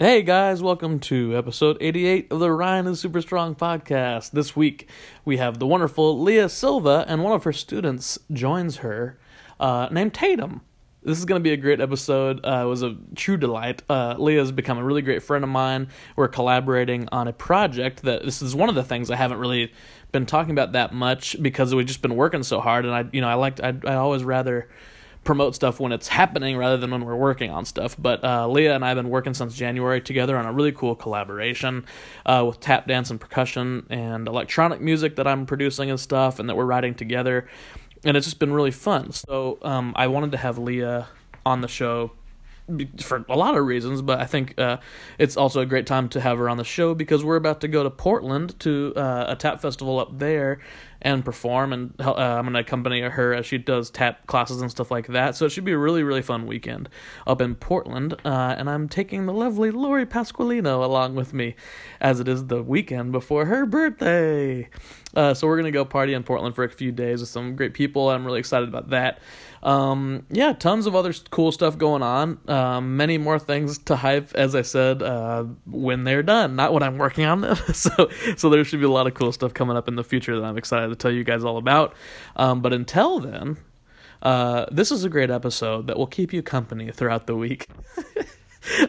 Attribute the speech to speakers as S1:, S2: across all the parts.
S1: Hey guys, welcome to episode 88 of the Ryan is Super Strong podcast. This week we have the wonderful Leah Silva, and one of her students joins her, uh, named Tatum. This is going to be a great episode. Uh, it was a true delight. Uh, Leah's become a really great friend of mine. We're collaborating on a project that this is one of the things I haven't really been talking about that much because we've just been working so hard, and I, you know, I liked, I, I always rather promote stuff when it's happening rather than when we're working on stuff. But uh, Leah and I have been working since January together on a really cool collaboration uh, with tap dance and percussion and electronic music that I'm producing and stuff, and that we're writing together. And it's just been really fun. So um, I wanted to have Leah on the show be- for a lot of reasons, but I think uh, it's also a great time to have her on the show because we're about to go to Portland to uh, a tap festival up there and perform, and hel- uh, I'm going to accompany her as she does tap classes and stuff like that. So it should be a really, really fun weekend up in Portland, uh, and I'm taking the lovely Lori Pasqualino along with me, as it is the weekend before her birthday. Uh, so we're gonna go party in Portland for a few days with some great people. I'm really excited about that. Um, yeah, tons of other s- cool stuff going on. Um, many more things to hype, as I said, uh, when they're done, not when I'm working on them. so, so there should be a lot of cool stuff coming up in the future that I'm excited to tell you guys all about. Um, but until then, uh, this is a great episode that will keep you company throughout the week.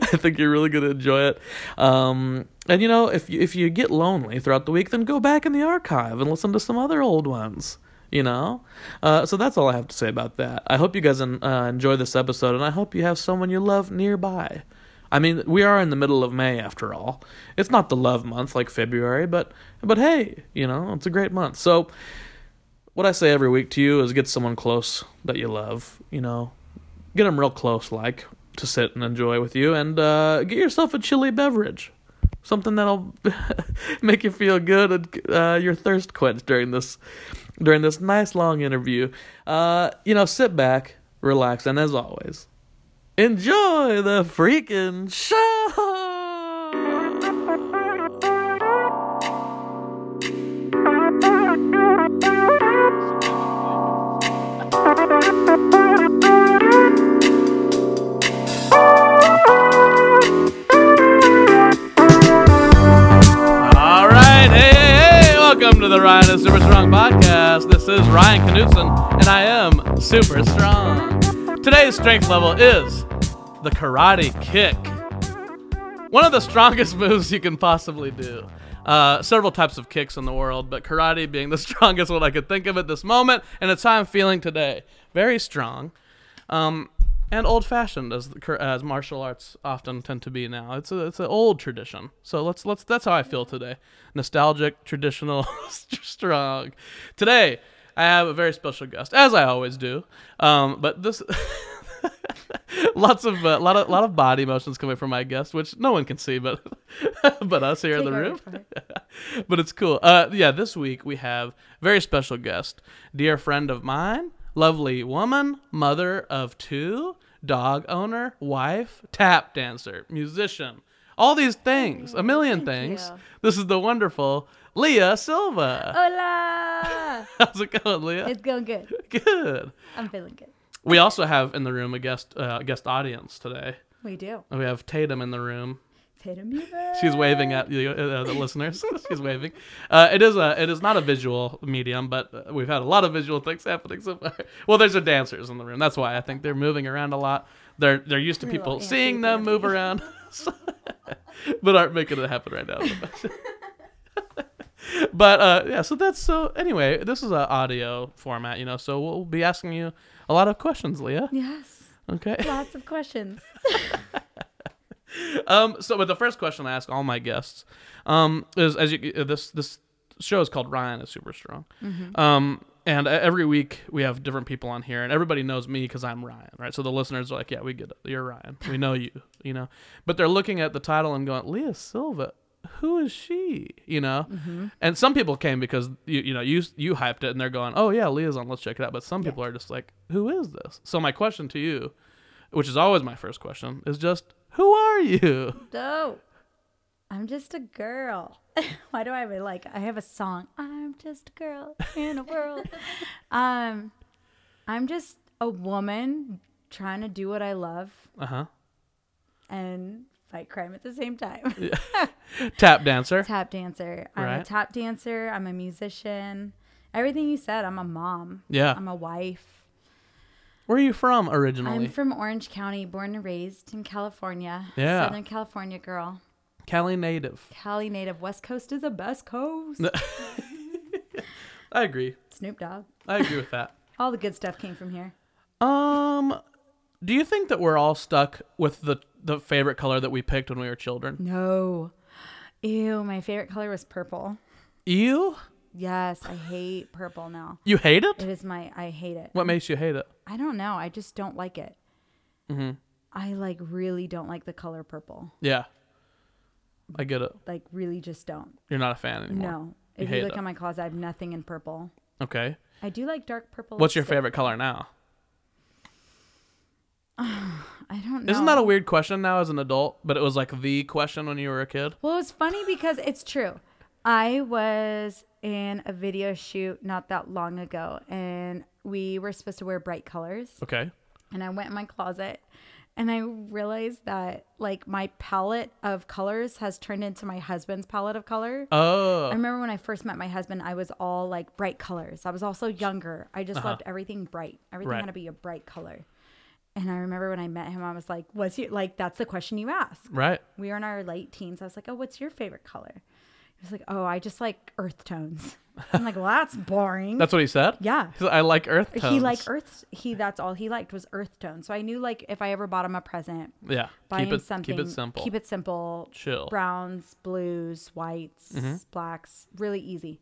S1: I think you're really gonna enjoy it. Um, and you know, if you, if you get lonely throughout the week, then go back in the archive and listen to some other old ones. You know, uh, so that's all I have to say about that. I hope you guys en- uh, enjoy this episode, and I hope you have someone you love nearby. I mean, we are in the middle of May after all. It's not the love month like February, but but hey, you know, it's a great month. So what I say every week to you is get someone close that you love, you know, get them real close, like to sit and enjoy with you, and uh, get yourself a chilly beverage, something that'll make you feel good and uh, your thirst quenched during this during this nice long interview. Uh, you know, sit back, relax, and as always, enjoy the freaking show. All right, hey, hey, hey, welcome to the Ryan is Super Strong podcast. This is Ryan Knutson, and I am super strong. Today's strength level is the karate kick, one of the strongest moves you can possibly do. Uh, several types of kicks in the world, but karate being the strongest one I could think of at this moment, and it's how I'm feeling today. Very strong. Um, and old fashioned as the, cur- as martial arts often tend to be now. It's a, it's an old tradition. So let's let's that's how I feel today. Nostalgic, traditional, st- strong. Today I have a very special guest, as I always do. Um, but this. Lots of uh, lot of lot of body motions coming from my guest, which no one can see, but but us here in the
S2: Take our
S1: room.
S2: part.
S1: but it's cool. Uh, yeah, this week we have very special guest, dear friend of mine, lovely woman, mother of two, dog owner, wife, tap dancer, musician, all these things, a million
S2: thank
S1: things.
S2: you.
S1: This is the wonderful Leah Silva.
S2: Hola!
S1: How's it going, Leah?
S2: it's going good.
S1: Good.
S2: I'm feeling good.
S1: We also have in the room a guest uh, guest audience today.
S2: We do.
S1: We have Tatum in the room.
S2: Tatum Eva.
S1: She's waving at you, uh, the listeners. She's waving. Uh, it is a, it is not a visual medium, but uh, we've had a lot of visual things happening so far. Well, there's the dancers in the room. That's why I think they're moving around a lot. They're they're used to
S2: They're a
S1: people
S2: little
S1: seeing
S2: antsy
S1: them move
S2: dancy.
S1: around, but aren't making it happen right now. but uh, yeah, so that's so. Anyway, this is an audio format, you know. So we'll be asking you a lot of questions, Leah.
S2: Yes.
S1: Okay.
S2: Lots of questions.
S1: Um, so, but the first question I ask all my guests um, is, as you, uh, this this show is called Ryan is Super Strong, um, and uh, every week we have different people on here, and everybody knows me because I'm Ryan, right? So the listeners are like, "Yeah, we get it. You're Ryan. We know you," you know. But they're looking at the title and going, "Leah Silva." Who is she? You know, and some people came because you you know you you hyped it and they're going, oh yeah, Leah's on, let's check it out. But some people are just like, who is this? So my question to you, which is always my first question, is just who are you?
S2: So, I'm just a girl. Why do I really like? I have a song. I'm just a girl in a world. um, I'm just
S1: Uh-huh.
S2: a woman trying to do what I love
S1: Uh huh.
S2: and fight crime at the same time.
S1: Tap dancer.
S2: tap dancer. I'm a
S1: Right.
S2: tap dancer. I'm a musician. Everything you said, I'm a mom.
S1: Yeah.
S2: I'm a wife.
S1: Where are you from originally?
S2: I'm from Orange County, born and raised in California.
S1: Yeah.
S2: Southern California girl.
S1: Cali native.
S2: Cali native. West Coast is the best coast.
S1: I agree.
S2: Snoop Dogg.
S1: I agree with that.
S2: All the good stuff came from here.
S1: Um, do you think that we're all stuck with the the favorite color that we picked when we were children?
S2: No. Ew, my favorite color was purple.
S1: You?
S2: Yes, I hate purple now.
S1: You hate it?
S2: It is my, I hate it.
S1: What makes you hate it?
S2: I don't know. I just don't like it.
S1: Mm-hmm.
S2: I like really don't like the color purple.
S1: Yeah. I get it.
S2: Like really just don't.
S1: You're not a fan anymore.
S2: No.
S1: You
S2: If
S1: hate
S2: you look
S1: it.
S2: on my closet, I have nothing in purple.
S1: Okay.
S2: I do like dark purple.
S1: What's your
S2: lipstick.
S1: favorite color now?
S2: I don't know.
S1: Isn't that a weird question now as an adult? But it was like the question when you were a kid.
S2: Well, it's funny because it's true. I was in a video shoot not that long ago, and we were supposed to wear bright colors.
S1: Okay.
S2: and I went in my closet and I realized that like my palette of colors has turned into my husband's palette of color. I
S1: Oh.
S2: remember when I first met my husband, I was all like bright colors. I was also younger. I just loved everything bright. Everything
S1: Right.
S2: had to be a bright color. And I remember when I met him, I was like, "What's your like?" That's the question you ask.
S1: Right.
S2: We were in our late teens. I was like, "Oh, what's your favorite color?" He was like, "Oh, I just like earth tones." I'm like, "Well, that's boring."
S1: That's what he said?
S2: yeah.
S1: He's like, I like earth tones.
S2: He like earth. He that's all he liked was earth tone. So I knew like if I ever bought him a present,
S1: Yeah.
S2: buy
S1: Keep
S2: him
S1: it
S2: something.
S1: keep it simple.
S2: Keep it simple.
S1: Chill. Mm-hmm.
S2: Browns, blues, whites, blacks, really easy.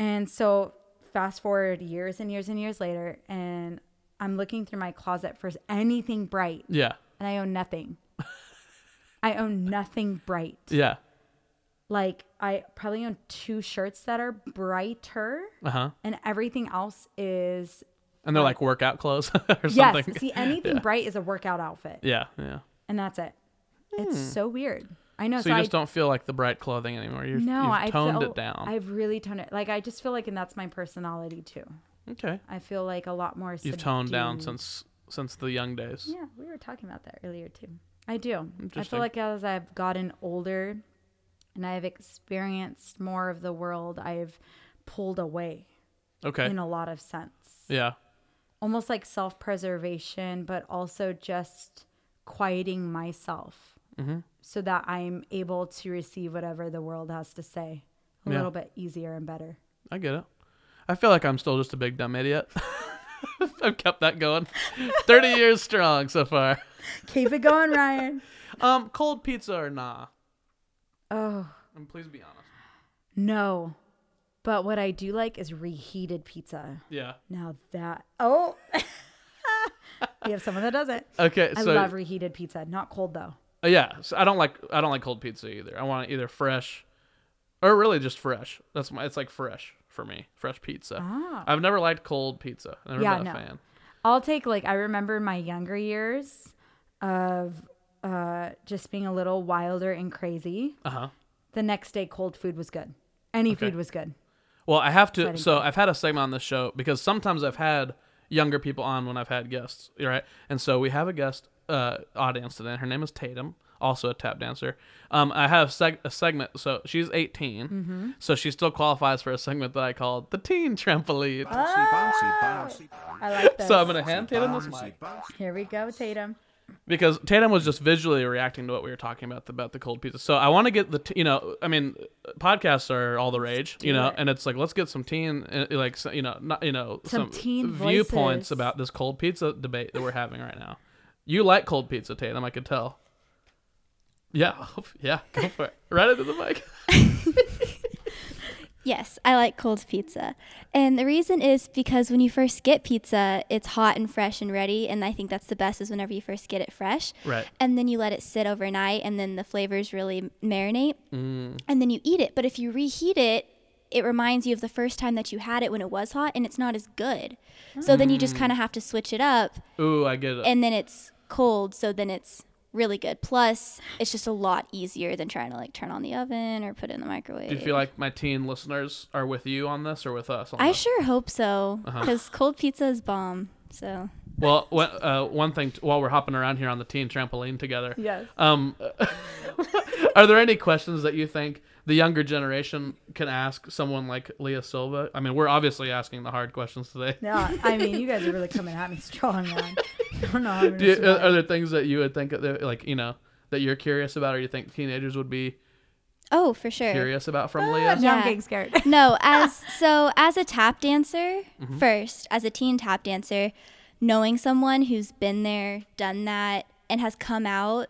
S2: And so fast forward years and years and years later, and I'm looking through my closet for anything bright,
S1: Yeah.
S2: and I own nothing. I own nothing bright.
S1: Yeah.
S2: Like I probably own two shirts that are brighter,
S1: Uh-huh.
S2: and everything else is
S1: And they're like workout clothes or
S2: Yes.
S1: something.
S2: See, anything bright is a workout outfit,
S1: Yeah, yeah.
S2: and that's it. It's so weird. I know.
S1: Hmm. So you just don't feel like the bright clothing anymore. You've,
S2: I, no,
S1: you've
S2: I
S1: toned
S2: feel,
S1: it down.
S2: I've really toned it. Like I just feel like, and that's my personality too.
S1: okay.
S2: I feel like a lot more.
S1: You've toned down
S2: subdued.
S1: since since the young days.
S2: Yeah, we were talking about that earlier too. I do. I
S1: Interesting.
S2: feel like as I've gotten older, and I've experienced more of the world, I've pulled away
S1: Okay.
S2: in a lot of sense.
S1: yeah.
S2: almost like self preservation, but also just quieting myself
S1: Mm-hmm.
S2: so that I'm able to receive whatever the world has to say a
S1: Yeah.
S2: little bit easier and better.
S1: I get it. I feel like I'm still just a big dumb idiot. I've kept that going. 30 years strong so far.
S2: Keep it going, Ryan.
S1: Um, cold pizza or nah?
S2: Oh,
S1: And please be honest.
S2: no. But what I do like is reheated pizza.
S1: Yeah.
S2: Now that, oh, we have someone that does it.
S1: Okay,
S2: I
S1: Uh, so
S2: love reheated pizza, not cold though.
S1: uh, yeah, so I don't like I don't like cold pizza either. I want it either fresh or really just fresh. That's my it's like fresh for me. Fresh pizza.
S2: Ah.
S1: I've never liked cold pizza. I've never
S2: Yeah,
S1: been a
S2: no.
S1: fan.
S2: I'll take like I remember my younger years of uh, just being a little wilder and crazy.
S1: Uh-huh.
S2: The next day, cold food was good. Any food was good.
S1: Well, I have to. So I've had a segment on this show because sometimes I've had younger people on when I've had guests, right? And so we have a guest uh, audience today. Her name is Tatum, also a tap dancer. Um, I have a, seg- a segment. So she's 18,
S2: Mm-hmm.
S1: so she still qualifies for a segment that I called the Teen Trampoline.
S3: Bouncy, bouncy, bouncy,
S2: I like this.
S1: So I'm gonna hand Tatum this
S3: bouncy,
S1: mic
S3: bouncy.
S2: Here we go, Tatum.
S1: because Tatum was just visually reacting to what we were talking about about the cold pizza. So I want to get the t- you know I mean podcasts are all the rage you know
S2: it.
S1: and it's like let's get some teen uh, like so- you know not you know
S2: Some teen
S1: viewpoints
S2: voices.
S1: about this cold pizza debate that we're having right now. You like cold pizza, Tatum? I could tell. Yeah, yeah, go for it. Right into the mic.
S4: Yes, I like cold pizza. And the reason is because when you first get pizza, it's hot and fresh and ready. And I think that's the best is whenever you first get it fresh.
S1: Right.
S4: And then you let it sit overnight and then the flavors really marinate.
S1: Mm.
S4: And then you eat it. But if you reheat it, it reminds you of the first time that you had it when it was hot and it's not as good. So then you
S1: Mm.
S4: just kind of have to switch it up
S1: Ooh, I get it.
S4: and then it's cold. So then it's really good. Plus, it's just a lot easier than trying to like turn on the oven or put it in the microwave.
S1: Do you feel like my teen listeners are
S2: Uh-huh.
S1: with you on this or with us? On
S4: I
S1: this?
S4: sure hope so, because cold pizza is bomb. So
S1: Well, wha- uh, one thing t- while we're hopping around here on the teen trampoline together.
S2: Yes.
S1: Um, are there any questions that you think the younger generation can ask someone like Leah Silva? I mean, we're obviously asking the hard questions today.
S2: Yeah, I mean, you guys are really coming at me strong, man. I don't know. How I'm
S1: Do you, uh,
S2: gonna
S1: are
S2: survive.
S1: there things that you would think that they're- like you know that you're curious about, or you think teenagers would be
S4: Oh, for sure.
S1: curious about from
S4: Uh,
S2: Ah,
S1: Leah?
S2: now I'm
S4: Yeah.
S2: getting scared.
S4: no, as so as a tap dancer,
S2: Mm-hmm.
S4: first as a teen tap dancer, knowing someone who's been there, done that, and has come out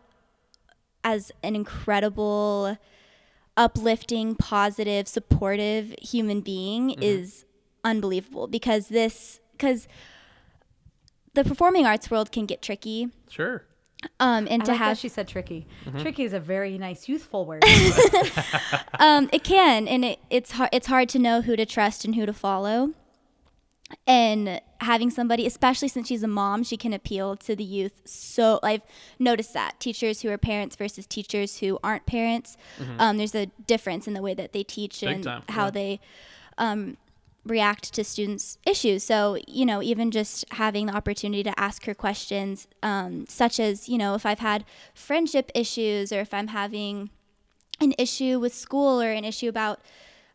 S4: as an incredible, uplifting, positive, supportive human being
S2: Mm-hmm.
S4: is unbelievable because this because the performing arts world can get tricky.
S1: Sure.
S4: Um, and
S2: I
S4: to
S2: like that
S4: have
S2: she said tricky.
S1: Mm-hmm.
S2: Tricky is a very nice youthful word.
S4: um, it can, and it, it's hard. It's hard to know who to trust and who to follow. And having somebody, especially since she's a mom, she can appeal to the youth. So I've noticed that teachers who are parents versus teachers who aren't parents, um, there's a difference in the way that they teach and
S1: Mm-hmm. time,
S4: how
S1: yeah.
S4: they um, react to students' issues. So, you know, even just having the opportunity to ask her questions, um, such as, you know, if I've had friendship issues or if I'm having an issue with school or an issue about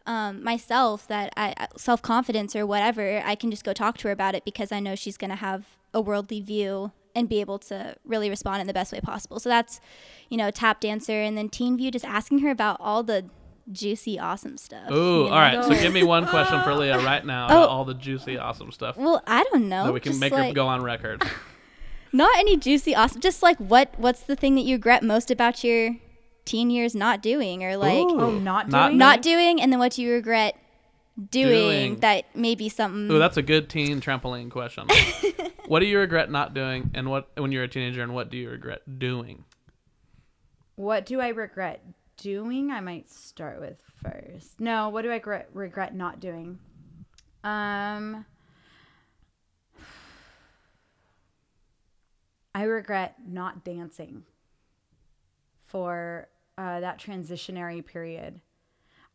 S4: um, myself that I self confidence or whatever, I can just go talk to her about it because I know she's going to have a worldly view and be able to really respond in the best way possible. So that's, you know, tap dancer and then Teen View, just asking her about all the juicy, awesome stuff.
S1: Ooh,
S4: you
S1: all right.
S4: know?
S1: So give me one question for Leah right now about all the juicy, awesome stuff
S4: Oh. Well, I don't know.
S1: that we can
S4: Just
S1: make
S4: like,
S1: her go on record.
S4: Not any juicy awesome. Just like what? What's the thing that you regret most about your teen years not doing, or like
S1: Ooh.
S2: Oh, not
S1: Not-
S2: doing
S4: not doing, and then what do you regret doing,
S1: Uh-huh. Doing.
S4: that maybe something?
S1: Ooh, that's a good teen trampoline question. what do you regret not doing, and what when you're a teenager, and what do you regret doing?
S2: What do I regret doing? I might start with first. No, what do I regret, regret not doing? Um, I regret not dancing for uh, that transitionary period.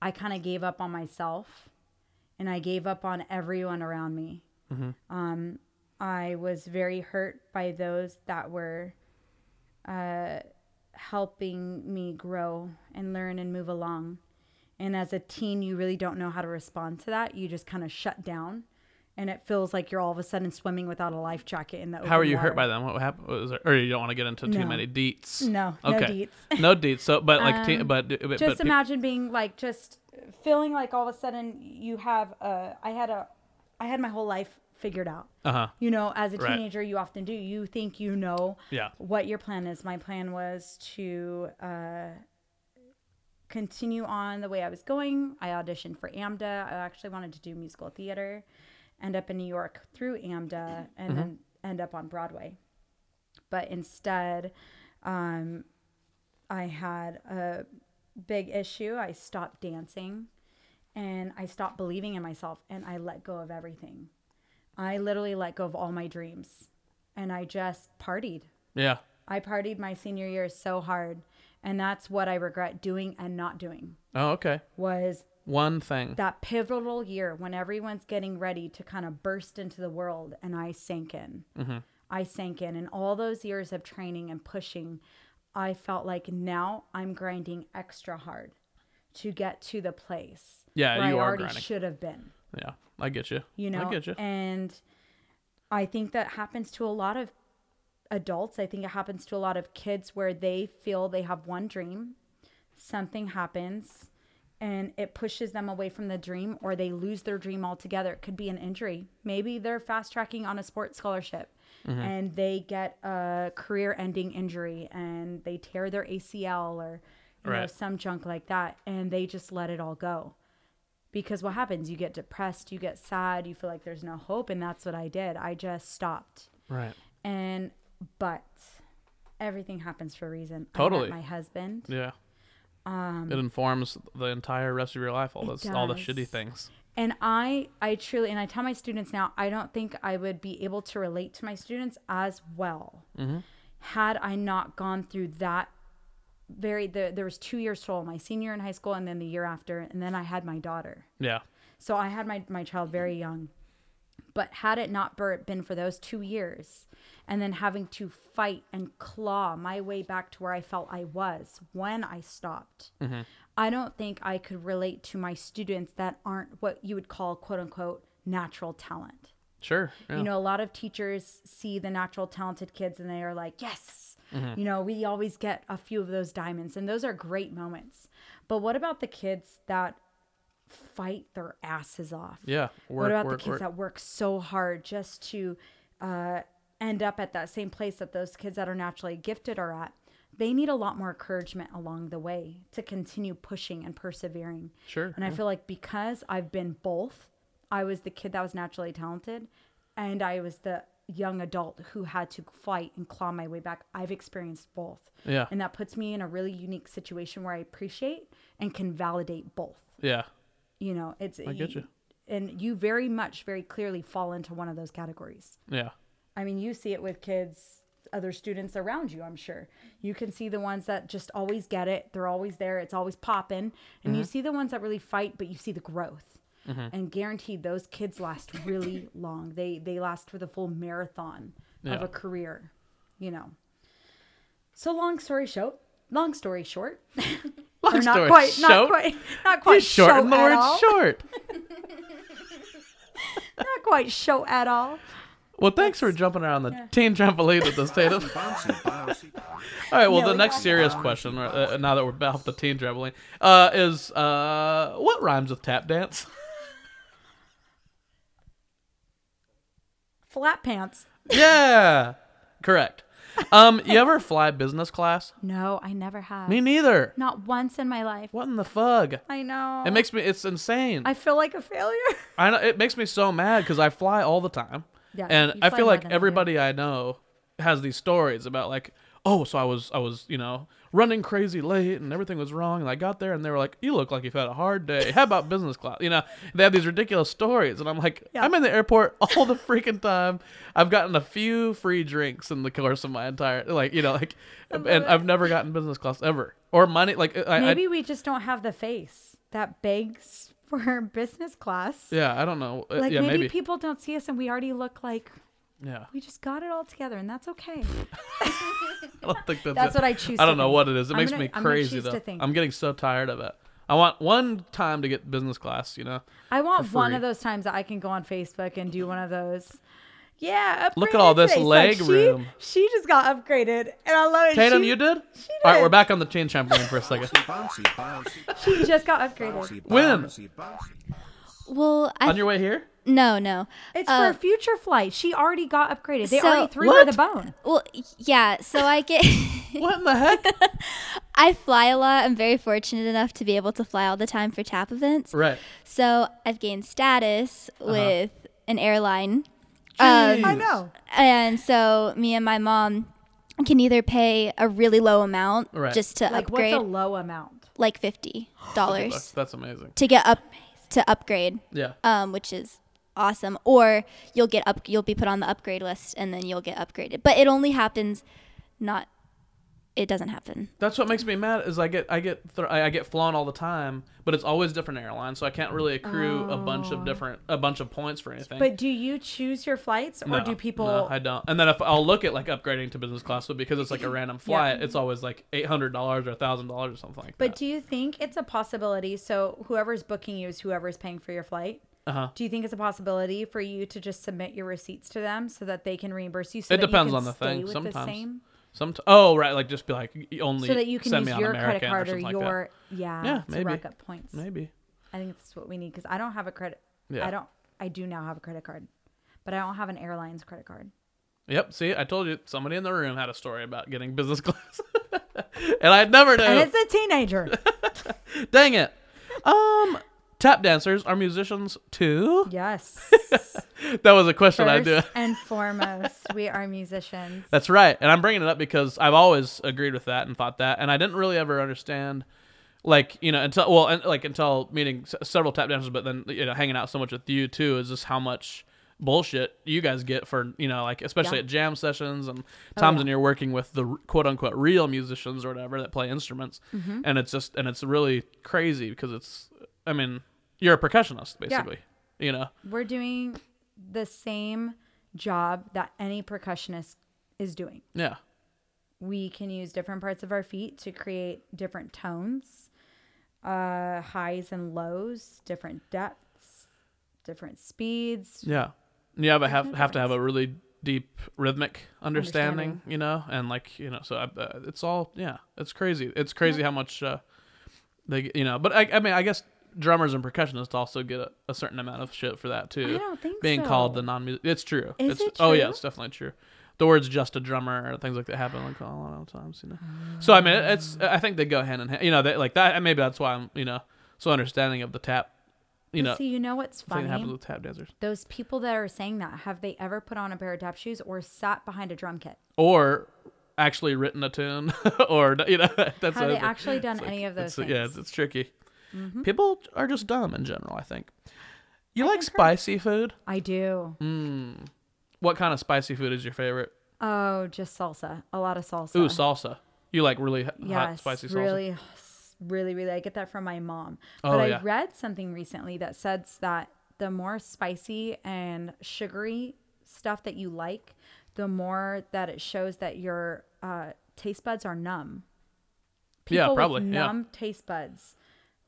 S2: I kind of gave up on myself and I gave up on everyone around me.
S1: Mm-hmm.
S2: Um, I was very hurt by those that were uh, helping me grow and learn and move along. And as a teen, you really don't know how to respond to that. You just kind of shut down, and it feels like you're all of a sudden swimming without a life jacket in the open
S1: How are you
S2: water.
S1: hurt by them? What happened? What was there, or you don't want to get into too
S2: No.
S1: many deets?
S2: No, no
S1: Okay.
S2: deets. Um,
S1: No deets. So, but like, teen, but, but but
S2: just
S1: peop-
S2: imagine being like just feeling like all of a sudden you have a i had a i had my whole life figured out
S1: Uh-huh.
S2: you know as a
S1: Right.
S2: teenager you often do you think you know
S1: Yeah.
S2: what your plan is my plan was to uh continue on the way i was going i auditioned for amda i actually wanted to do musical theater end up in new york through amda and then end up on broadway but instead um, i had a big issue i stopped dancing and i stopped believing in myself and i let go of everything i literally let go of all my dreams and i just partied
S1: yeah.
S2: i partied my senior year so hard and that's what i regret doing and not doing
S1: Oh, okay.
S2: was
S1: One thing.
S2: that pivotal year when everyone's getting ready to kind of burst into the world and i sank in
S1: Mm-hmm.
S2: i sank in and all those years of training and pushing i felt like now i'm grinding extra hard to get to the place
S1: Yeah,
S2: where
S1: you
S2: i
S1: are
S2: already
S1: grinding.
S2: should have been
S1: Yeah, I get you.
S2: you know
S1: I get you.
S2: and i think that happens to a lot of adults i think it happens to a lot of kids where they feel they have one dream something happens and it pushes them away from the dream or they lose their dream altogether it could be an injury maybe they're fast tracking on a sports scholarship
S1: Mm-hmm.
S2: and they get a career ending injury and they tear their acl or you know
S1: Right.
S2: some junk like that and they just let it all go because what happens you get depressed you get sad you feel like there's no hope and that's what i did i just stopped
S1: Right.
S2: and but everything happens for a reason I met
S1: Totally.
S2: my husband
S1: Yeah. Um, it informs the entire rest of your life. All those, all the
S2: does.
S1: shitty things.
S2: and i i truly and i tell my students now i don't think i would be able to relate to my students as well had i not gone through that very the, there was two years total my senior in high school and then the year after and then i had my daughter
S1: Yeah.
S2: So I had my, my child very young. But had it not bur- been for those two years and then having to fight and claw my way back to where I felt I was when I stopped, I don't think I could relate to my students that aren't what you would call quote unquote natural talent.
S1: Sure. Yeah.
S2: You know, a lot of teachers see the natural talented kids and they are like, yes,
S1: Mm-hmm.
S2: you know, we always get a few of those diamonds. And those are great moments. But what about the kids that fight their asses off?
S1: yeah. Work,
S2: what about
S1: work,
S2: the kids
S1: work.
S2: that work so hard just to uh, end up at that same place that those kids that are naturally gifted are at? They need a lot more encouragement along the way to continue pushing and persevering.
S1: Sure.
S2: And I feel like because I've been both, I was the kid that was naturally talented and I was the young adult who had to fight and claw my way back. I've experienced both.
S1: Yeah.
S2: And that puts me in a really unique situation where I appreciate and can validate both.
S1: yeah.
S2: You know, it's I
S1: get you.
S2: And you very much very clearly fall into one of those categories.
S1: Yeah.
S2: I mean, you see it with kids, other students around you, I'm sure. You can see the ones that just always get it. They're always there. It's always popping. And
S1: Mm-hmm.
S2: you see the ones that really fight, but you see the growth. And guaranteed those kids last really long. They they last for the full marathon of
S1: Yeah.
S2: a career, you know. So long story short, long story short. Long not
S1: story
S2: quite,
S1: short.
S2: not quite, not quite
S1: short
S2: short
S1: and the
S2: at
S1: word
S2: all.
S1: short.
S2: Not quite show at all.
S1: Well, thanks for jumping around the teen trampoline at this, Tatum. All right. Well,
S2: No,
S1: the
S2: we
S1: next
S2: got
S1: serious question, uh, uh, now that we're off the teen trampoline, uh, is uh, what rhymes with tap dance?
S2: Flat pants.
S1: yeah, correct. Um, you ever fly business class?
S2: No, I never have.
S1: Me neither.
S2: Not once in my life.
S1: What in the fug?
S2: I know.
S1: It makes me. It's insane.
S2: I feel like a failure.
S1: I know, it makes me so mad because I fly all the time,
S2: Yeah,
S1: and
S2: you
S1: I
S2: fly
S1: feel
S2: more
S1: like
S2: than I do.
S1: everybody I know has these stories about like, oh, so I was I was you know running crazy late and everything was wrong, and I got there and they were like, you look like you've had a hard day. How about business class? You know, they have these ridiculous stories, and I'm like,
S2: Yeah.
S1: I'm in the airport all the freaking time. I've gotten a few free drinks in the course of my entire like you know like, and I've never gotten business class ever or money like I, I-
S2: Maybe we just don't have the face that begs for business class.
S1: yeah I don't know Uh,
S2: Like
S1: yeah
S2: maybe,
S1: maybe
S2: people don't see us and we already look like
S1: yeah
S2: we just got it all together and that's okay.
S1: I don't think that's,
S2: That's
S1: it.
S2: what I choose
S1: I
S2: to
S1: don't know
S2: think.
S1: what it is. It
S2: I'm
S1: makes
S2: gonna-
S1: me
S2: I'm gonna
S1: crazy
S2: choose to
S1: though.
S2: think.
S1: I'm getting so tired of it. I want one time to get business class. You know,
S2: I want
S1: For
S2: one of
S1: free.
S2: those times that I can go on Facebook and do one of those. Yeah,
S1: Look at
S2: upgraded
S1: all this
S2: today. It's
S1: leg
S2: she-
S1: room.
S2: She, just got upgraded, and I love it.
S1: Tatum,
S2: she,
S1: you did. All right,
S2: did.
S1: we're back on the chain trampoline for a second.
S2: She just got upgraded.
S1: When?
S4: Well, I
S1: on your way here,
S4: no, no.
S2: It's for
S4: Uh,
S2: a future flight. She already got upgraded. They
S4: so-
S2: already threw her the bone.
S4: well, yeah. So I get,
S1: what in the heck?
S4: I fly a lot. I'm very fortunate enough to be able to fly all the time for tap events.
S1: right. Uh-huh.
S4: So I've gained status with an airline.
S2: I Um,
S1: Jeez.
S2: know.
S4: And so me and my mom can either pay a really low amount
S1: Right.
S4: just to
S2: Like
S4: upgrade,
S2: what's a low amount?
S4: like fifty
S1: Look,
S4: dollars
S1: that's amazing.
S4: to get up to upgrade,
S1: Yeah.
S4: um, which is awesome. Or you'll get up, you'll be put on the upgrade list, and then you'll get upgraded. But it only happens, not. It doesn't happen.
S1: That's what makes me mad is I get I get th- I I get flown all the time, but it's always different airlines, so I can't really accrue a bunch of different a bunch of points for anything.
S2: Oh. But do you choose your flights, or
S1: No,
S2: do people?
S1: No, I don't. And then if I'll look at like upgrading to business class, but because it's like a random flight, it's always like eight hundred dollars or thousand dollars or something like
S2: But
S1: that.
S2: do you think it's a possibility? So whoever's booking you is whoever's paying for your flight.
S1: Uh-huh.
S2: Do you think it's a possibility for you to just submit your receipts to them so that they can reimburse you? So
S1: It
S2: that you
S1: depends
S2: can
S1: on the
S2: stay
S1: thing,
S2: with
S1: sometimes.
S2: The same,
S1: Some oh right, like just be like y- only
S2: so that you can
S1: send
S2: use
S1: me on
S2: your
S1: American
S2: credit card or,
S1: something like
S2: your yeah,
S1: Yeah,
S2: to
S1: maybe.
S2: rack up points.
S1: that. maybe.
S2: I think that's what we need because I don't have a credit.
S1: Yeah.
S2: I don't. I do now have a credit card, but I don't have an airline's credit card.
S1: Yep. See, I told you somebody in the room had a story about getting business class, and I never knew.
S2: And it's a teenager.
S1: Dang it. Um, tap dancers are musicians too.
S2: yes.
S1: That was a question I do.
S2: First and foremost, we are musicians.
S1: That's right. And I'm bringing it up because I've always agreed with that and thought that. And I didn't really ever understand, like, you know, until, well, and, like, until meeting s- several tap dancers, but then, you know, hanging out so much with you too, is just how much bullshit you guys get for, you know, like, especially
S2: Yeah. Oh,
S1: at jam sessions and times
S2: yeah.
S1: when you're working with the r- quote unquote real musicians or whatever that play instruments.
S2: Mm-hmm.
S1: And it's just, and it's really crazy because it's, I mean, you're a percussionist, basically, you know?
S2: We're doing the same job that any percussionist is doing.
S1: Yeah.
S2: We can use different parts of our feet to create different tones, uh, highs and lows, different depths, different speeds.
S1: Yeah. Yeah, but have have to have a really deep rhythmic understanding, you know, and like you know, so I, uh, it's all yeah, it's crazy. It's crazy how much uh, they you know, but I, I mean, I guess drummers and percussionists also get a, a certain amount of shit for that too.
S2: I don't think
S1: being called
S2: so.
S1: the non-music, it's true. it's
S2: Is it
S1: oh yeah,
S2: true?
S1: it's definitely true. The word's just a drummer or things like that happen like a lot of times, you know. So I mean, it's
S2: Mm.
S1: I think they go hand in hand, you know, they, like that. and Maybe that's why I'm you know so understanding of the tap, you
S2: But
S1: know,
S2: see, you know what's
S1: thing that happens
S2: funny?
S1: with tap dancers.
S2: Those people that are saying that, have they ever put on a pair of tap shoes or sat behind a drum kit?
S1: or actually written a tune or you know that's
S2: Have they
S1: what I-
S2: actually done
S1: it's
S2: any of those
S1: it's- yeah
S2: things? Mm-hmm.
S1: it's, it's tricky people are just dumb in general i think you like spicy food
S2: I do.
S1: Mm. what kind of spicy food is your favorite
S2: Oh, just salsa. A lot of salsa.
S1: ooh salsa you like really hot
S2: Uh, yes,
S1: spicy salsa
S2: really, really, really. I get that from my mom.
S1: Oh,
S2: but I
S1: yeah.
S2: read something recently that says that the more spicy and sugary stuff that you like, the more that it shows that your uh, taste buds are numb.
S1: Yeah,
S2: People
S1: probably,
S2: With
S1: yeah.
S2: numb taste buds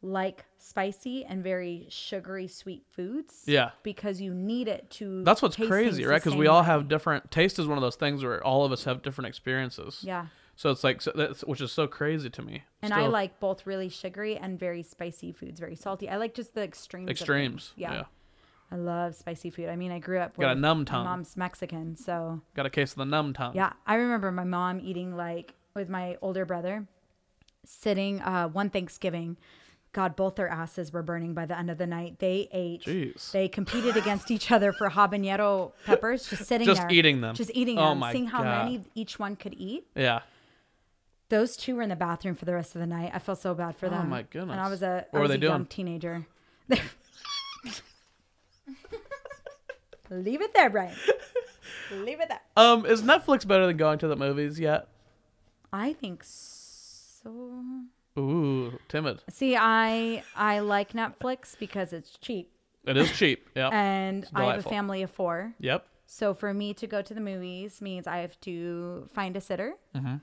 S2: like spicy and very sugary sweet foods.
S1: Yeah.
S2: because you need it to.
S1: that's what's
S2: taste
S1: crazy
S2: things the
S1: right because we
S2: same
S1: all
S2: way.
S1: have different taste is one of those things where all of us have different experiences
S2: Yeah.
S1: so it's like so that's which is so crazy to me
S2: And I
S1: Still
S2: like both really sugary and very spicy foods, very salty. I like just the extremes. of things.
S1: extremes
S2: Yeah.
S1: yeah
S2: I love spicy food. I mean, I grew up with
S1: Got a numb
S2: my
S1: tongue.
S2: mom's Mexican, so
S1: got a case of the numb tongue
S2: yeah, I remember my mom eating like with my older brother sitting uh, one Thanksgiving. God, both their asses were burning by the end of the night. They ate.
S1: Jeez.
S2: They competed against each other for habanero peppers, just sitting
S1: Just
S2: there,
S1: eating them.
S2: just eating
S1: Oh
S2: them,
S1: my
S2: seeing how
S1: God.
S2: many each one could eat.
S1: yeah
S2: Those two were in the bathroom for the rest of the night. I felt so bad for them.
S1: Oh my goodness.
S2: And I was a,
S1: What
S2: I
S1: were
S2: was
S1: they
S2: a young
S1: doing?
S2: teenager. Leave it there, Brian. Leave it there.
S1: um is netflix better than going to the movies yet
S2: I think so.
S1: Ooh, timid.
S2: See, I I like Netflix because it's cheap,
S1: It is cheap. Yeah.
S2: and I have a
S1: delightful.
S2: family of four.
S1: yep.
S2: So for me to go to the movies means I have to find a sitter.
S1: Mm-hmm.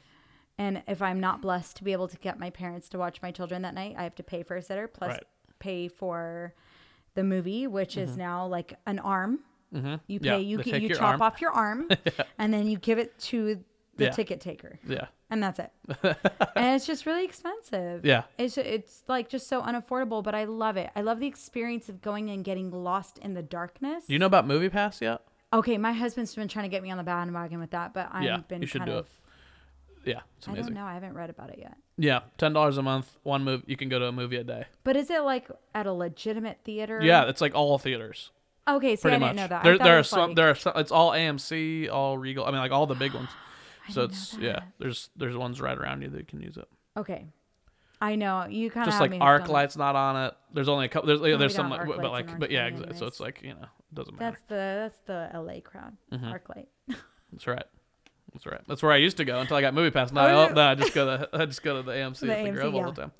S2: And if I'm not blessed to be able to get my parents to watch my children that night, I have to pay for a sitter plus
S1: Right. Mm-hmm.
S2: pay for the movie, which is now like an arm. You pay,
S1: Yeah,
S2: you
S1: they
S2: get,
S1: take
S2: you
S1: your
S2: chop
S1: arm.
S2: off your arm, and then you give it to the
S1: Yeah.
S2: ticket taker,
S1: Yeah.
S2: and that's it. and it's just really expensive.
S1: Yeah.
S2: it's it's like just so unaffordable, but I love it. I love the experience of going and getting lost in the darkness.
S1: Do you know about Movie Pass yet?
S2: Okay, my husband's been trying to get me on the bandwagon with that, but I've
S1: Yeah,
S2: been
S1: you should
S2: kind
S1: do
S2: of.
S1: Yeah, it's
S2: I don't
S1: amazing.
S2: know. I haven't read about it yet.
S1: Yeah, ten dollars a month, one movie. You can go to a movie a day.
S2: But is it like at a legitimate theater?
S1: Yeah, it's like all theaters,
S2: Okay, so I
S1: pretty much.
S2: didn't know that. I
S1: There,
S2: thought
S1: there
S2: it
S1: are
S2: was
S1: some.
S2: like-
S1: There are some. It's all AMC, all Regal. I mean, like all the big ones. so it's yeah. There's there's ones right around you that you can use it.
S2: Okay, I know you kind of
S1: Just like arc lights not on it. There's only a couple. There's yeah,
S2: we
S1: there's
S2: don't
S1: some like,
S2: have arc
S1: but
S2: lights in
S1: like but
S2: Orange
S1: yeah.
S2: County
S1: Exactly. So
S2: anyways.
S1: it's like you know it doesn't matter.
S2: That's the that's the LA crowd.
S1: Mm-hmm.
S2: Arclight.
S1: That's right. That's right. That's where I used to go until I got movie pass. Now,
S2: Oh,
S1: I,
S2: no.
S1: now I just go to I just go to the AMC
S2: The
S1: at the
S2: AMC,
S1: Grove all
S2: yeah.
S1: the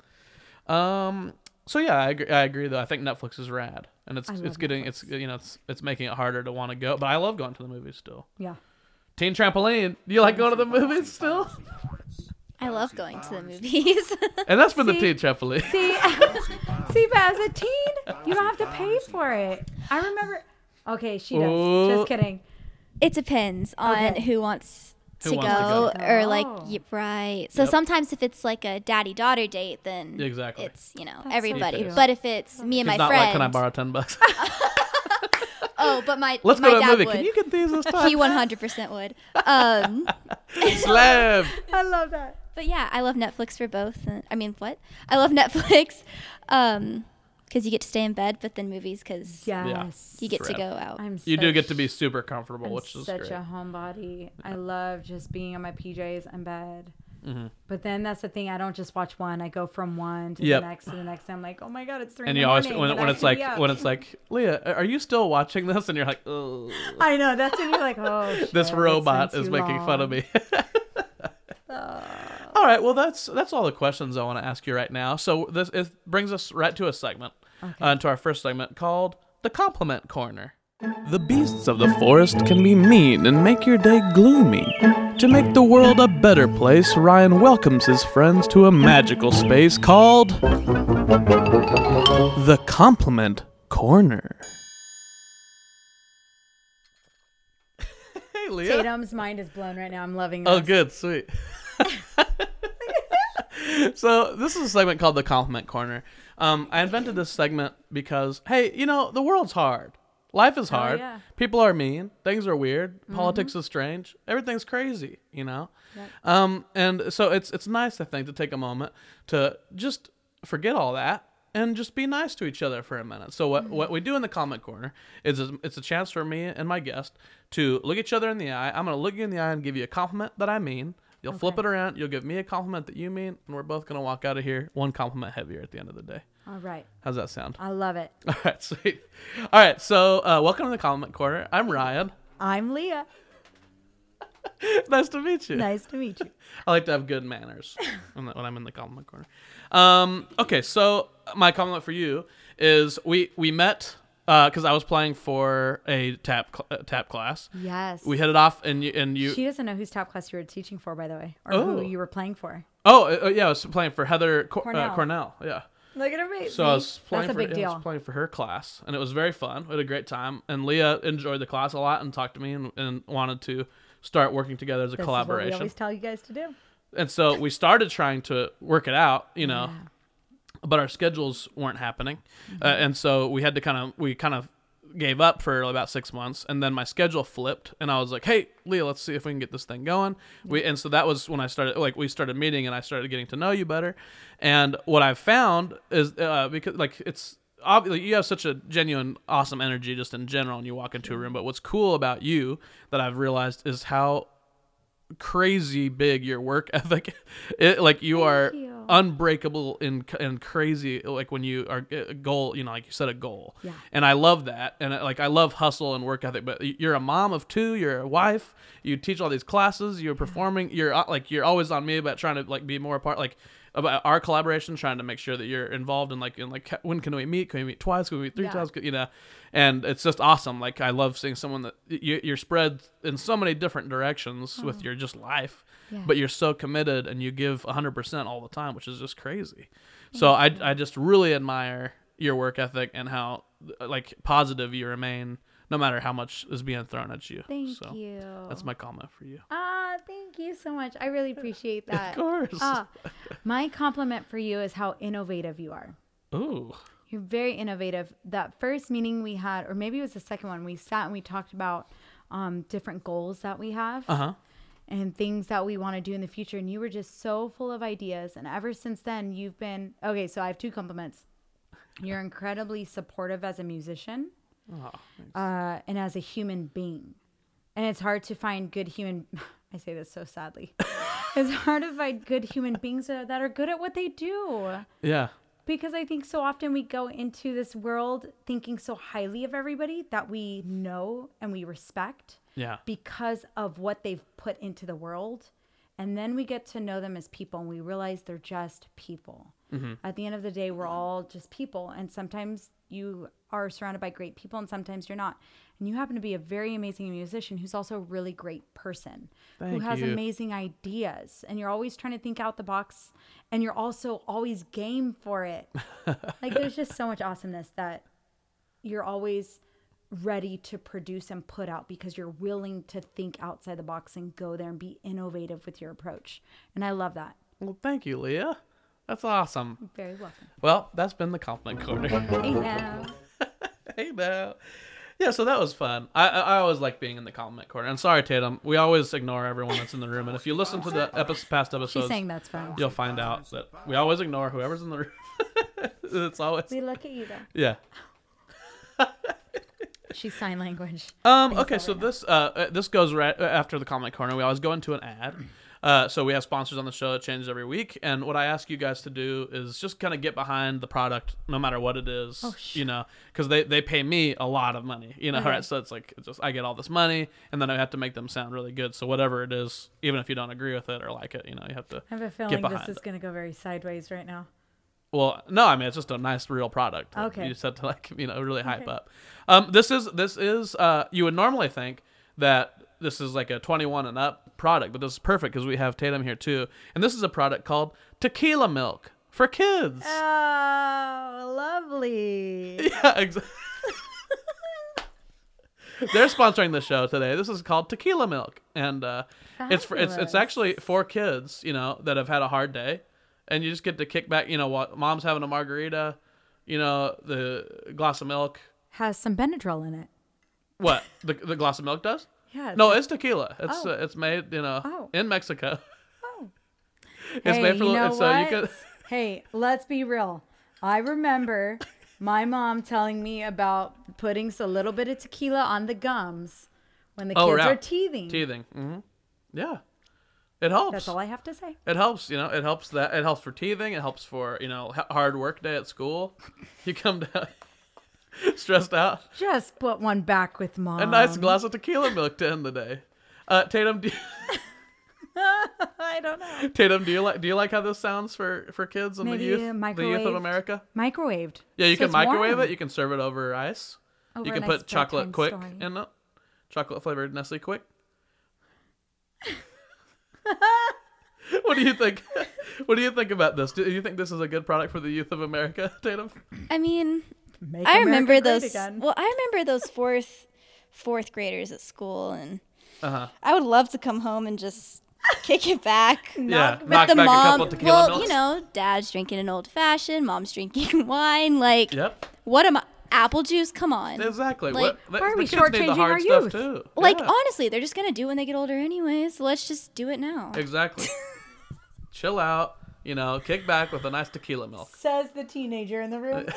S1: time. Um. So yeah, I agree, I agree though. I think Netflix is rad, and it's
S2: I love
S1: it's getting it's you know it's it's making it harder to want to go. But I love going to the movies still.
S2: Yeah.
S1: Teen Trampoline, you like going to the movies still?
S4: I love going to the movies.
S1: And that's been the
S2: See?
S1: Teen Trampoline.
S2: See, see, but as a teen, you don't have to pay for it. I remember. Okay, she does.
S1: Ooh.
S2: Just kidding.
S4: It depends on
S2: Okay.
S4: who wants
S1: Who
S4: to,
S1: wants to
S4: go,
S1: go.
S4: or like
S2: Oh.
S4: yep, right. So
S1: Yep.
S4: sometimes if it's like a daddy daughter date, then
S1: Exactly.
S4: it's you know
S2: so
S4: everybody.
S1: cute.
S4: But if it's me and my
S1: It's not
S4: friend,
S1: like, can I borrow ten bucks?
S4: oh, but my
S1: Let's
S4: my
S1: go to a
S4: dad
S1: movie.
S4: would.
S1: Can you get these this time?
S4: he one hundred percent would. Um,
S1: Slab.
S2: I love that.
S4: but yeah, I love Netflix for both. and- I mean, what? I love Netflix because you get to stay in bed, but then movies because
S2: Yes.
S4: you get to
S1: Right.
S4: go out.
S2: I'm
S1: You do
S2: such-
S1: get to be super comfortable,
S2: I'm
S1: which is
S2: such
S1: great.
S2: a homebody. I love just being on my PJs in bed.
S1: Mm-hmm.
S2: But then that's the thing. I don't just watch one. I go from one to
S1: Yep.
S2: the next to the next. I'm like, oh my god, it's three.
S1: and
S2: in
S1: you
S2: the
S1: always
S2: morning,
S1: when,
S2: and
S1: when
S2: I
S1: it's
S2: should be
S1: like
S2: up."
S1: when it's like Leah, are you still watching this? And you're like, oh,
S2: I know that's when you're like, oh, shit, it's
S1: this
S2: been
S1: robot
S2: too
S1: is making fun of
S2: long.
S1: me. all right, well that's that's all the questions I want to ask you right now. So this it brings us right to a segment, uh, to our first segment called the compliment corner. The beasts of the forest can be mean and make your day gloomy. To make the world a better place, Ryan welcomes his friends to a magical space called the Compliment Corner. Hey, Leah.
S2: Tatum's mind is blown right now. I'm loving this.
S1: Oh, good, sweet. so this is a segment called the Compliment Corner. Um, I invented this segment because, hey, you know, the world's hard. Life is hard.
S2: yeah.
S1: People are mean. Things are weird. Politics is strange. Everything's crazy. You know. Um, and so it's it's nice, I think, to take a moment to just forget all that and just be nice to each other for a minute. So what what we do in the comment corner is is- it's a chance for me and my guest to look each other in the eye. I'm gonna look you in the eye and give you a compliment that I mean. You'll flip it around. You'll give me a compliment that you mean, and we're both gonna walk out of here one compliment heavier at the end of the day.
S2: All right.
S1: How's that sound?
S2: I love it.
S1: All right, sweet. All right, so uh, welcome to the comment corner. I'm Ryan.
S2: I'm Leah.
S1: nice to meet you.
S2: Nice to meet you.
S1: I like to have good manners when when I'm in the compliment corner. Um, okay, so my compliment for you is we we met because I was playing for a tap cl- uh, tap class.
S2: Yes.
S1: We hit it off, and you and you.
S2: she doesn't know whose top class you were teaching for, by the way, or
S1: Oh.
S2: who you were playing for.
S1: oh uh, uh, yeah, I was playing for Heather Cor- Cornell.
S2: Cornell.
S1: Uh, Cornell. Yeah.
S2: Look at her face.
S1: So uh, I was playing
S2: That's
S1: for
S2: a big
S1: yeah, I
S2: deal.
S1: was playing for her class, and it was very fun. We had a great time, and Leah enjoyed the class a lot and talked to me and, and wanted to start working together as a
S2: This is what
S1: collaboration.
S2: we always tell you guys to do.
S1: and so we started trying to work it out you know but our schedules weren't happening uh, and so we had to kind of we kind of gave up for about six months and then my schedule flipped and i was like hey leah let's see if we can get this thing going we and so that was when i started like we started meeting and i started getting to know you better and what i found is uh, because like it's obviously you have such a genuine awesome energy just in general when you walk into a room but what's cool about you that i've realized is how crazy big your work ethic it, like you are
S4: you.
S1: unbreakable and and crazy like when you are a goal you know like you set a goal
S2: Yeah.
S1: and i love that and I- like i love hustle and work ethic but y- you're a mom of two you're a wife you teach all these classes you're performing you're uh, like you're always on me about trying to like be more a part like about our collaboration trying to make sure that you're involved in like in like when can we meet can we meet twice can we meet three
S2: Yeah.
S1: times you know and it's just awesome like i love seeing someone that you, you're spread in so many different directions
S4: Oh.
S1: with your just life
S2: Yeah.
S1: but you're so committed and you give 100% all the time which is just crazy so I, I just really admire your work ethic and how uh, like positive you remain no matter how much is being thrown at you
S4: Thank
S1: so
S4: you.
S1: that's my comment for you
S2: Ah, thank you so much. I really appreciate
S1: of
S2: that.
S1: course
S2: Ah, my compliment for you is how innovative you are.
S1: ooh
S2: You're very innovative. That first meeting we had, or maybe it was the second one, we sat and we talked about um, different goals that we have
S1: uh-huh
S2: and things that we want to do in the future. And you were just so full of ideas. And ever since then, you've been okay. So I have two compliments. You're incredibly supportive as a musician
S1: oh,
S2: uh, and as a human being. And it's hard to find good human. I say this so sadly. it's hard to find good human beings that are, that are good at what they do
S1: yeah
S2: because I think so often we go into this world thinking so highly of everybody that we know and we respect
S1: yeah
S2: because of what they've put into the world. And then we get to know them as people and we realize they're just people.
S1: Mm-hmm.
S2: At the end of the day, we're all just people. And sometimes you are surrounded by great people and sometimes you're not. And you happen to be a very amazing musician who's also a really great person who
S1: Thank
S2: has
S1: you.
S2: amazing ideas. And you're always trying to think out the box and you're also always game for it. like there's just so much awesomeness that you're always ready to produce and put out because you're willing to think outside the box and go there and be innovative with your approach. And I love that.
S1: well thank you leah that's awesome
S2: Very welcome.
S1: well that's been the compliment corner
S2: Yeah.
S1: hey now. Yeah, so that was fun. I, I I always like being in the compliment corner. And sorry, Tatum, we always ignore everyone that's in the room. And if you listen to the epi- past
S2: She's
S1: episodes,
S2: saying that's fun.
S1: you'll find out that we always ignore whoever's in the room. it's always
S2: We look at you though.
S1: yeah.
S2: She's sign language.
S1: Um. Okay. So this uh, uh this goes right after the comment corner. We always go into an ad. Uh, so we have sponsors on the show. It changes every week. And what I ask you guys to do is just kind of get behind the product, no matter what it is.
S2: Oh,
S1: you know, because they they pay me a lot of money. You know, right? So it's like it's just I get all this money, and then I have to make them sound really good. So whatever it is, even if you don't agree with it or like it, you know, you have to
S2: I have a
S1: get
S2: feeling
S1: behind.
S2: this is
S1: it.
S2: going to go very sideways right now.
S1: Well, no, I mean it's just a nice real product. that
S2: Okay.
S1: You just have to like you know really hype up. Um, this is this is uh you would normally think that this is like a 21 and up product, but this is perfect because we have Tatum here too, and this is a product called tequila milk for kids.
S2: Oh, lovely.
S1: Yeah, exactly. They're sponsoring the show today. This is called Tequila Milk, and uh, it's for, it's it's
S2: Fabulous.
S1: actually for kids, you know, that have had a hard day, and you just get to kick back. You know, what mom's having a margarita, you know, the glass of milk.
S2: Has some Benadryl in it.
S1: What the the glass of milk does?
S2: Yeah.
S1: No, it's tequila. It's
S2: Oh.
S1: uh, it's made you know
S2: Oh.
S1: in Mexico.
S2: Oh.
S1: It's
S2: hey,
S1: made for
S2: you
S1: little,
S2: know
S1: so you
S2: what?
S1: can.
S2: hey, let's be real. I remember my mom telling me about putting a little bit of tequila on the gums when the
S1: Oh,
S2: kids
S1: yeah.
S2: are teething.
S1: Teething. hmm Yeah, it helps.
S2: That's all I have to say.
S1: It helps, you know. It helps that it helps for teething. It helps for you know h- hard work day at school. You come down stressed out.
S2: Just put one back with mom.
S1: A nice glass of tequila milk to end the day. Uh, Tatum, do you,
S2: I don't know.
S1: Tatum, do you like do you like how this sounds for for kids and the
S2: Maybe a
S1: youth, the youth of
S2: microwaved-
S1: America?
S2: Microwaved.
S1: Yeah, you
S2: So
S1: can
S2: it's
S1: microwave
S2: warm.
S1: it. You can serve it over ice.
S2: Over
S1: you can
S2: a
S1: put
S2: nice
S1: chocolate
S2: bedtime
S1: quick
S2: story.
S1: in it. Chocolate flavored Nestle quick. what do you think? What do you think about this? Do you think this is a good product for the youth of America, Tatum?
S4: I mean,
S2: Make
S4: I
S2: America
S4: remember
S2: great
S4: those.
S2: again.
S4: Well, I remember those fourth fourth graders at school, and
S1: Uh huh.
S4: I would love to come home and just kick it back.
S1: Yeah,
S2: Knock
S1: knock
S4: the
S1: back a
S4: mom,
S1: couple tequila
S4: well,
S1: milks.
S4: you know, dad's drinking an old fashioned, mom's drinking wine. Like,
S1: Yep,
S4: what am I? Apple juice? Come on.
S1: exactly.
S4: Like,
S1: what,
S2: why are
S1: the
S2: we
S1: kids need the
S2: shortchanging
S1: hard
S2: our
S1: stuff
S2: youth?
S1: too.
S4: Like
S1: Yeah,
S4: honestly, they're just gonna do it when they get older anyway. So let's just do it now.
S1: exactly. Chill out. You know, kick back with a nice tequila milk.
S2: Says the teenager in the room.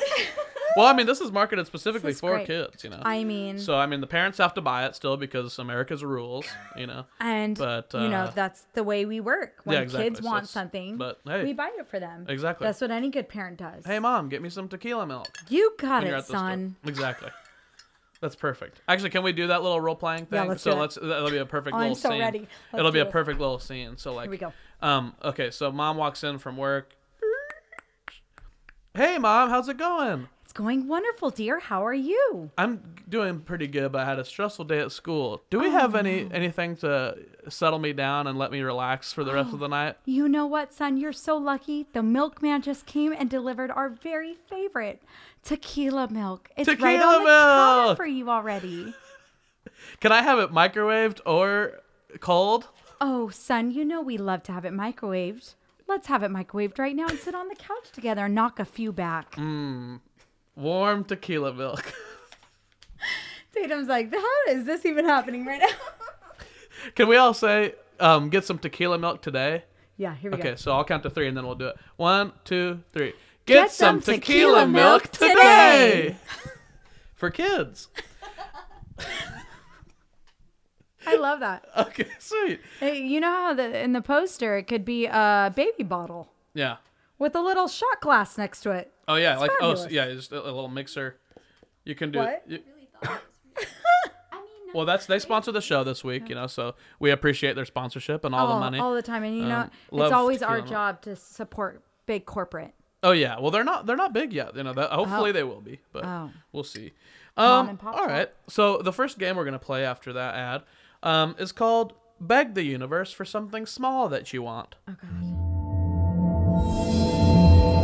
S1: Well, I mean, this is marketed specifically
S2: is
S1: for
S2: great.
S1: kids. You know,
S2: I mean,
S1: so I mean, the parents have to buy it still because America's rules. You know,
S2: and
S1: but,
S2: you know
S1: uh,
S2: that's the way we work. When
S1: yeah, exactly.
S2: kids
S1: So
S2: want
S1: it's-
S2: something,
S1: but, hey.
S2: we buy it for them.
S1: Exactly.
S2: That's what any good parent does.
S1: hey mom, get me some tequila milk.
S2: you got
S1: when you're
S2: it,
S1: at the store.
S2: son.
S1: Exactly. That's perfect. Actually, can we do that little role playing thing?
S2: Yeah, let's
S1: so
S2: do it.
S1: let's that'll be a perfect
S2: Oh, I'm
S1: little
S2: so
S1: scene.
S2: ready. Let's
S1: It'll be
S2: do
S1: a
S2: this.
S1: perfect little scene. So like
S2: Here we go.
S1: Um okay, so mom walks in from work. Hey mom, how's it going?
S2: It's going wonderful, dear. How are you?
S1: I'm doing pretty good, but I had a stressful day at school. Do
S2: Oh,
S1: we have any anything to settle me down and let me relax for the rest
S2: Oh.
S1: of the night?
S2: You know what, son? You're so lucky. The milkman just came and delivered our very favorite tequila milk. It's right
S1: Tequila
S2: on the counter
S1: milk!
S2: for you already.
S1: Can I have it microwaved or cold?
S2: Oh, son, you know we love to have it microwaved. Let's have it microwaved right now and sit on the couch together and knock a few back.
S1: Mm. Warm tequila milk.
S2: Tatum's like, how is this even happening right now?
S1: Can we all say um, get some tequila milk today?
S2: yeah, here we
S1: Okay,
S2: go.
S1: so I'll count to three and then we'll do it. One, two, three. Get,
S2: some tequila milk today.
S1: For kids.
S2: I love that.
S1: Okay, sweet.
S2: Hey, you know how the, in the poster it could be a baby bottle
S1: Yeah.
S2: with a little shot glass next to it.
S1: Oh yeah, like oh
S2: fabulous.
S1: so- yeah, just a, a little mixer. You can do.
S2: What?
S1: you-
S4: I mean,
S1: well, that's they sponsor the show this week, you know, so we appreciate their sponsorship and all
S2: all,
S1: the money.
S2: all the time, and you know
S1: Um, love
S2: it's always our
S1: tequila.
S2: job to support big corporate.
S1: Oh yeah, well they're not they're not big yet. You know, that, hopefully they will be, but
S2: Oh.
S1: we'll see.
S2: Mom
S1: Um,
S2: and
S1: all
S2: pop
S1: right.
S2: shop.
S1: So the first game we're gonna play after that ad um, is called "Beg the Universe for Something Small That You Want."
S2: Oh God.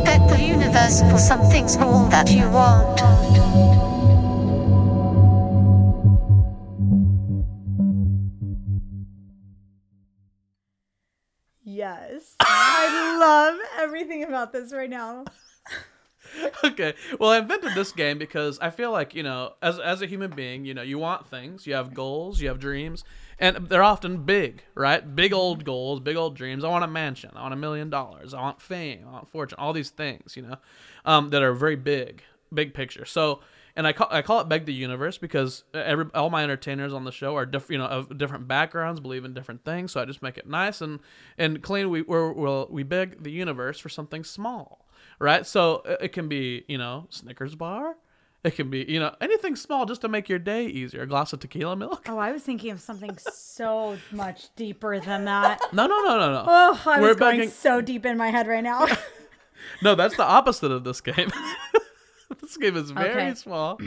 S3: Beg the universe for something small that you want.
S2: Yes, I love everything about this right now.
S1: okay. Well, I invented this game because I feel like you know, as as a human being, you know, you want things, you have goals, you have dreams, and they're often big, right? Big old goals, big old dreams. I want a mansion. I want a million dollars. I want fame. I want fortune. All these things, you know, um, that are very big, big picture. So. And I call, I call it beg the universe because every all my entertainers on the show are diff, you know of different backgrounds believe in different things so I just make it nice and and clean we we're, we'll, we beg the universe for something small right? So uh, it- it can be, you know, Snickers bar. It can be, you know, anything small just to make your day easier. A glass of tequila milk.
S2: Oh, I was thinking of something so much deeper than that.
S1: No, no, no, no, no.
S2: Oh, I
S1: We're
S2: was going
S1: begging-
S2: so deep in my head right now.
S1: No, that's the opposite of this game. this game is very
S2: Okay.
S1: small.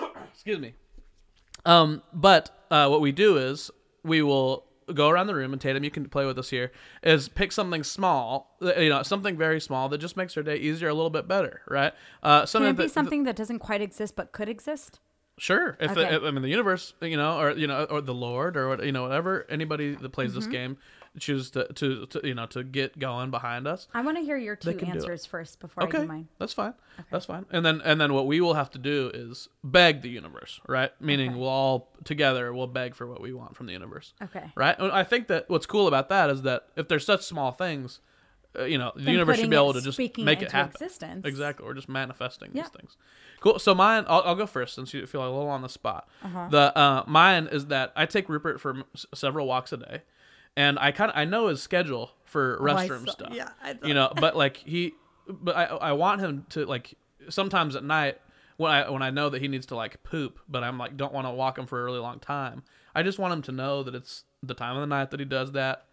S1: Excuse me. Um, but uh, what we do is we will go around the room, and Tatum, you can play with us here. Is pick something small, uh, you know, something very small that just makes their day easier, a little bit better, right? Uh,
S2: Can
S1: something
S2: it be
S1: that-
S2: something that doesn't quite exist but could exist?
S1: Sure, if,
S2: Okay.
S1: if- I mean the universe, you know, or you know, or the Lord, or what- you know, whatever anybody that plays
S2: Mm-hmm.
S1: this game choose to, to to you know to get going behind us.
S2: I want to hear your two
S1: can do it.
S2: answers first before I do mine.
S1: That's fine. That's fine. And then and then what we will have to do is beg the universe, right? Meaning we'll all together we'll beg for what we want from the universe.
S2: Okay.
S1: Right? And I think that what's cool about that is that if there's such small things, uh, you know, the
S2: Then
S1: universe should
S2: putting
S1: be
S2: it-
S1: able to just
S2: speaking
S1: make
S2: it
S1: it
S2: into
S1: happen.
S2: existence.
S1: Exactly. Or just manifesting
S2: Yeah.
S1: these things. Cool. So mine, I'll, I'll go first since you feel a little on the spot.
S2: Uh-huh.
S1: The uh, mine is that I take Rupert for m- s- several walks a day, and I kind of I know his schedule for
S2: Oh, I
S1: restroom
S2: saw-
S1: stuff.
S2: yeah, I
S1: you know, but like he, but I I want him to like sometimes at night when I when I know that he needs to like poop, but I'm like don't want to walk him for a really long time. I just want him to know that it's the time of the night that he does that.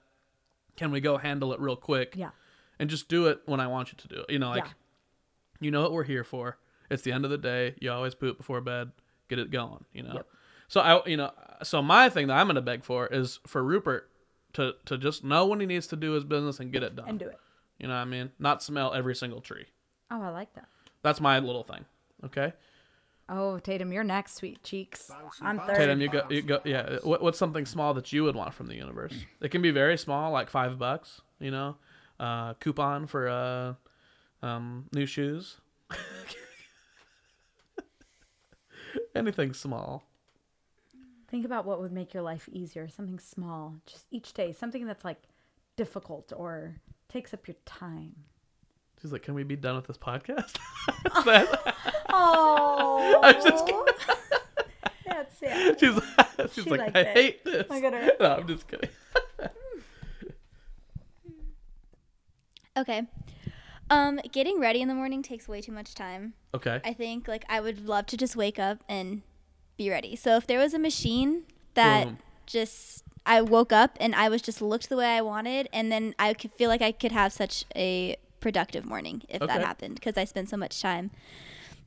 S1: Can we go handle it real quick?
S2: Yeah.
S1: and just do it when I want you to do it. You know, like
S2: Yeah.
S1: you know what we're here for. It's the end of the day. You always poop before bed. Get it going. You know. So I, you know, so my thing that I'm gonna beg for is for Rupert to to just know when he needs to do his business and get it done.
S2: And do it.
S1: You know what I mean? Not smell every single tree.
S2: Oh, I like that. That's
S1: That's my little thing. Okay.
S2: Oh, Tatum, you're next, sweet cheeks. I'm third.
S1: Tatum, you go, you go. Yeah. What, what's something small that you would want from the universe? It can be very small, like five bucks. You know, uh, coupon for uh, um, new shoes. Anything small.
S2: Think about what would make your life easier. Something small, just each day. Something that's like difficult or takes up your time.
S1: She's like, can we be done with this podcast?
S2: Oh,
S1: I'm just kidding.
S2: that's it.
S1: She's, she's
S2: She
S1: like,
S2: liked
S1: I
S2: it.
S1: hate this.
S2: I got her.
S1: No, I'm just kidding.
S4: Okay. Um, getting ready in the morning takes way too much time.
S1: Okay.
S4: I think like I would love to just wake up and be ready. So if there was a machine that
S1: Boom.
S4: just I woke up and I was just looked the way I wanted, and then I could feel like I could have such a productive morning if that
S1: Okay.
S4: happened because I spend so much time.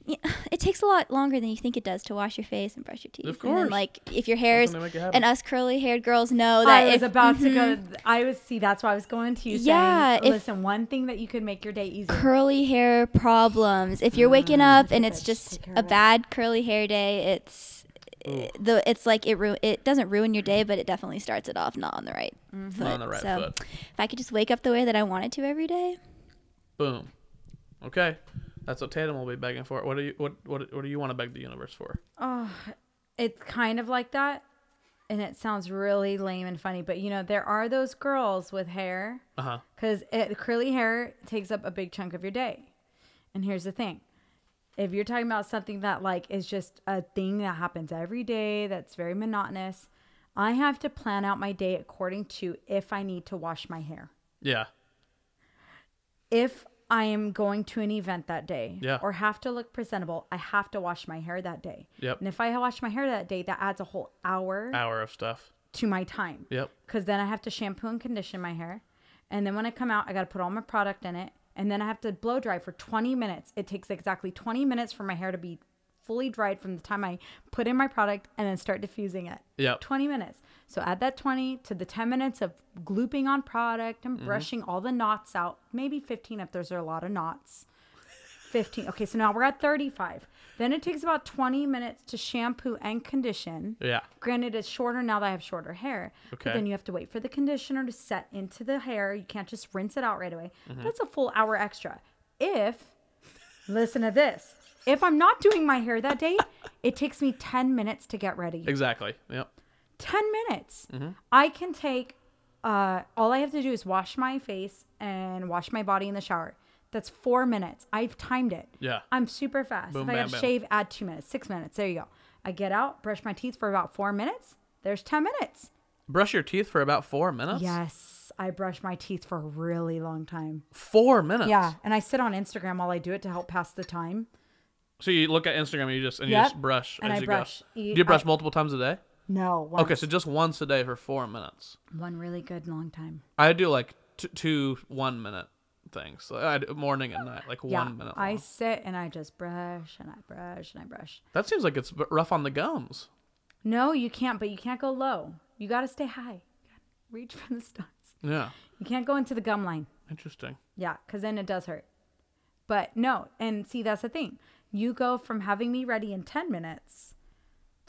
S4: Yeah, It takes a lot longer than you think it does to wash your face and brush your teeth.
S1: Of
S4: And
S1: course.
S4: then, like if your hair is,
S1: Something to make it happen.
S4: and us curly-haired girls know that
S2: Oh, I mm-hmm. was
S4: if
S2: about to go. I was see. That's why I was going to you.
S4: Yeah,
S2: Saying,
S4: if-
S2: Listen, one thing that you could make your day easier.
S4: curly hair problems. If you're waking up and it's
S2: Mm. bitch,
S4: just
S2: take care
S4: a
S2: of it.
S4: bad curly hair day, it's the it's like it ru- it doesn't ruin your day, but it definitely starts it off not on the right
S2: Mm-hmm.
S4: foot.
S1: Not on the right
S4: so
S1: foot.
S4: if I could just wake up the way that I wanted to every day,
S1: Boom. Okay. That's what Tatum will be begging for. What do you what what what do you want to beg the universe for?
S2: it's kind of like that and it sounds really lame and funny but you know there are those girls with hair
S1: Uh huh.
S2: because curly hair takes up a big chunk of your day and here's the thing if you're talking about something that like is just a thing that happens every day that's very monotonous i have to plan out my day according to if i need to wash my hair
S1: Yeah.
S2: if I am going to an event that day
S1: Yeah.
S2: or have to look presentable, I have to wash my hair that day.
S1: Yep.
S2: And if I wash my hair that day, that adds a whole hour
S1: Hour of stuff.
S2: to my time.
S1: Yep.
S2: Because then I have to shampoo and condition my hair. And then when I come out, I got to put all my product in it. And then I have to blow dry for 20 minutes. It takes exactly 20 minutes for my hair to be fully dried from the time I put in my product and then start diffusing it.
S1: Yep.
S2: 20 minutes. So add that 20 to the 10 minutes of glooping on product and brushing all the knots out. Maybe 15 if there's a lot of knots. 15. Okay, so now we're at 35. Then it takes about 20 minutes to shampoo and condition.
S1: Yeah.
S2: Granted, it's shorter now that I have shorter hair.
S1: Okay.
S2: But then you have to wait for the conditioner to set into the hair. You can't just rinse it out right away. That's a full hour extra. If, listen to this, if I'm not doing my hair that day, it takes me 10 minutes to get ready.
S1: Exactly. Yep.
S2: 10 minutes.
S1: Mm-hmm.
S2: I can take, uh, all I have to do is wash my face and wash my body in the shower. That's four minutes. I've timed it.
S1: Yeah.
S2: I'm super fast.
S1: Boom,
S2: if I
S1: bam,
S2: gotta
S1: bam.
S2: shave, add two minutes, six minutes. There you go. I get out, brush my teeth for about four minutes. There's 10 minutes.
S1: Brush your teeth for about four minutes.
S2: Yes. I brush my teeth for a really long time.
S1: Four minutes.
S2: Yeah. And I sit on Instagram while I do it to help pass the time.
S1: So you look at Instagram and you just and you
S2: Yep.
S1: just brush
S2: And
S1: as
S2: I
S1: you
S2: brush.
S1: go.
S2: You-
S1: Do you brush
S2: I-
S1: multiple times a day?
S2: No. One,
S1: Okay, so just once a day for four minutes.
S2: one really good long time.
S1: I do like t- two one minute things. So I do morning and night, like
S2: Yeah,
S1: one minute.
S2: I
S1: long.
S2: sit and I just brush and I brush and I brush.
S1: That seems like it's rough on the gums.
S2: No, you can't, but you can't go low. You got to stay high. Reach for the stars.
S1: Yeah,
S2: You can't go into the gum line.
S1: interesting.
S2: Yeah, because then it does hurt. But no, and see, that's the thing. You go from having me ready in 10 minutes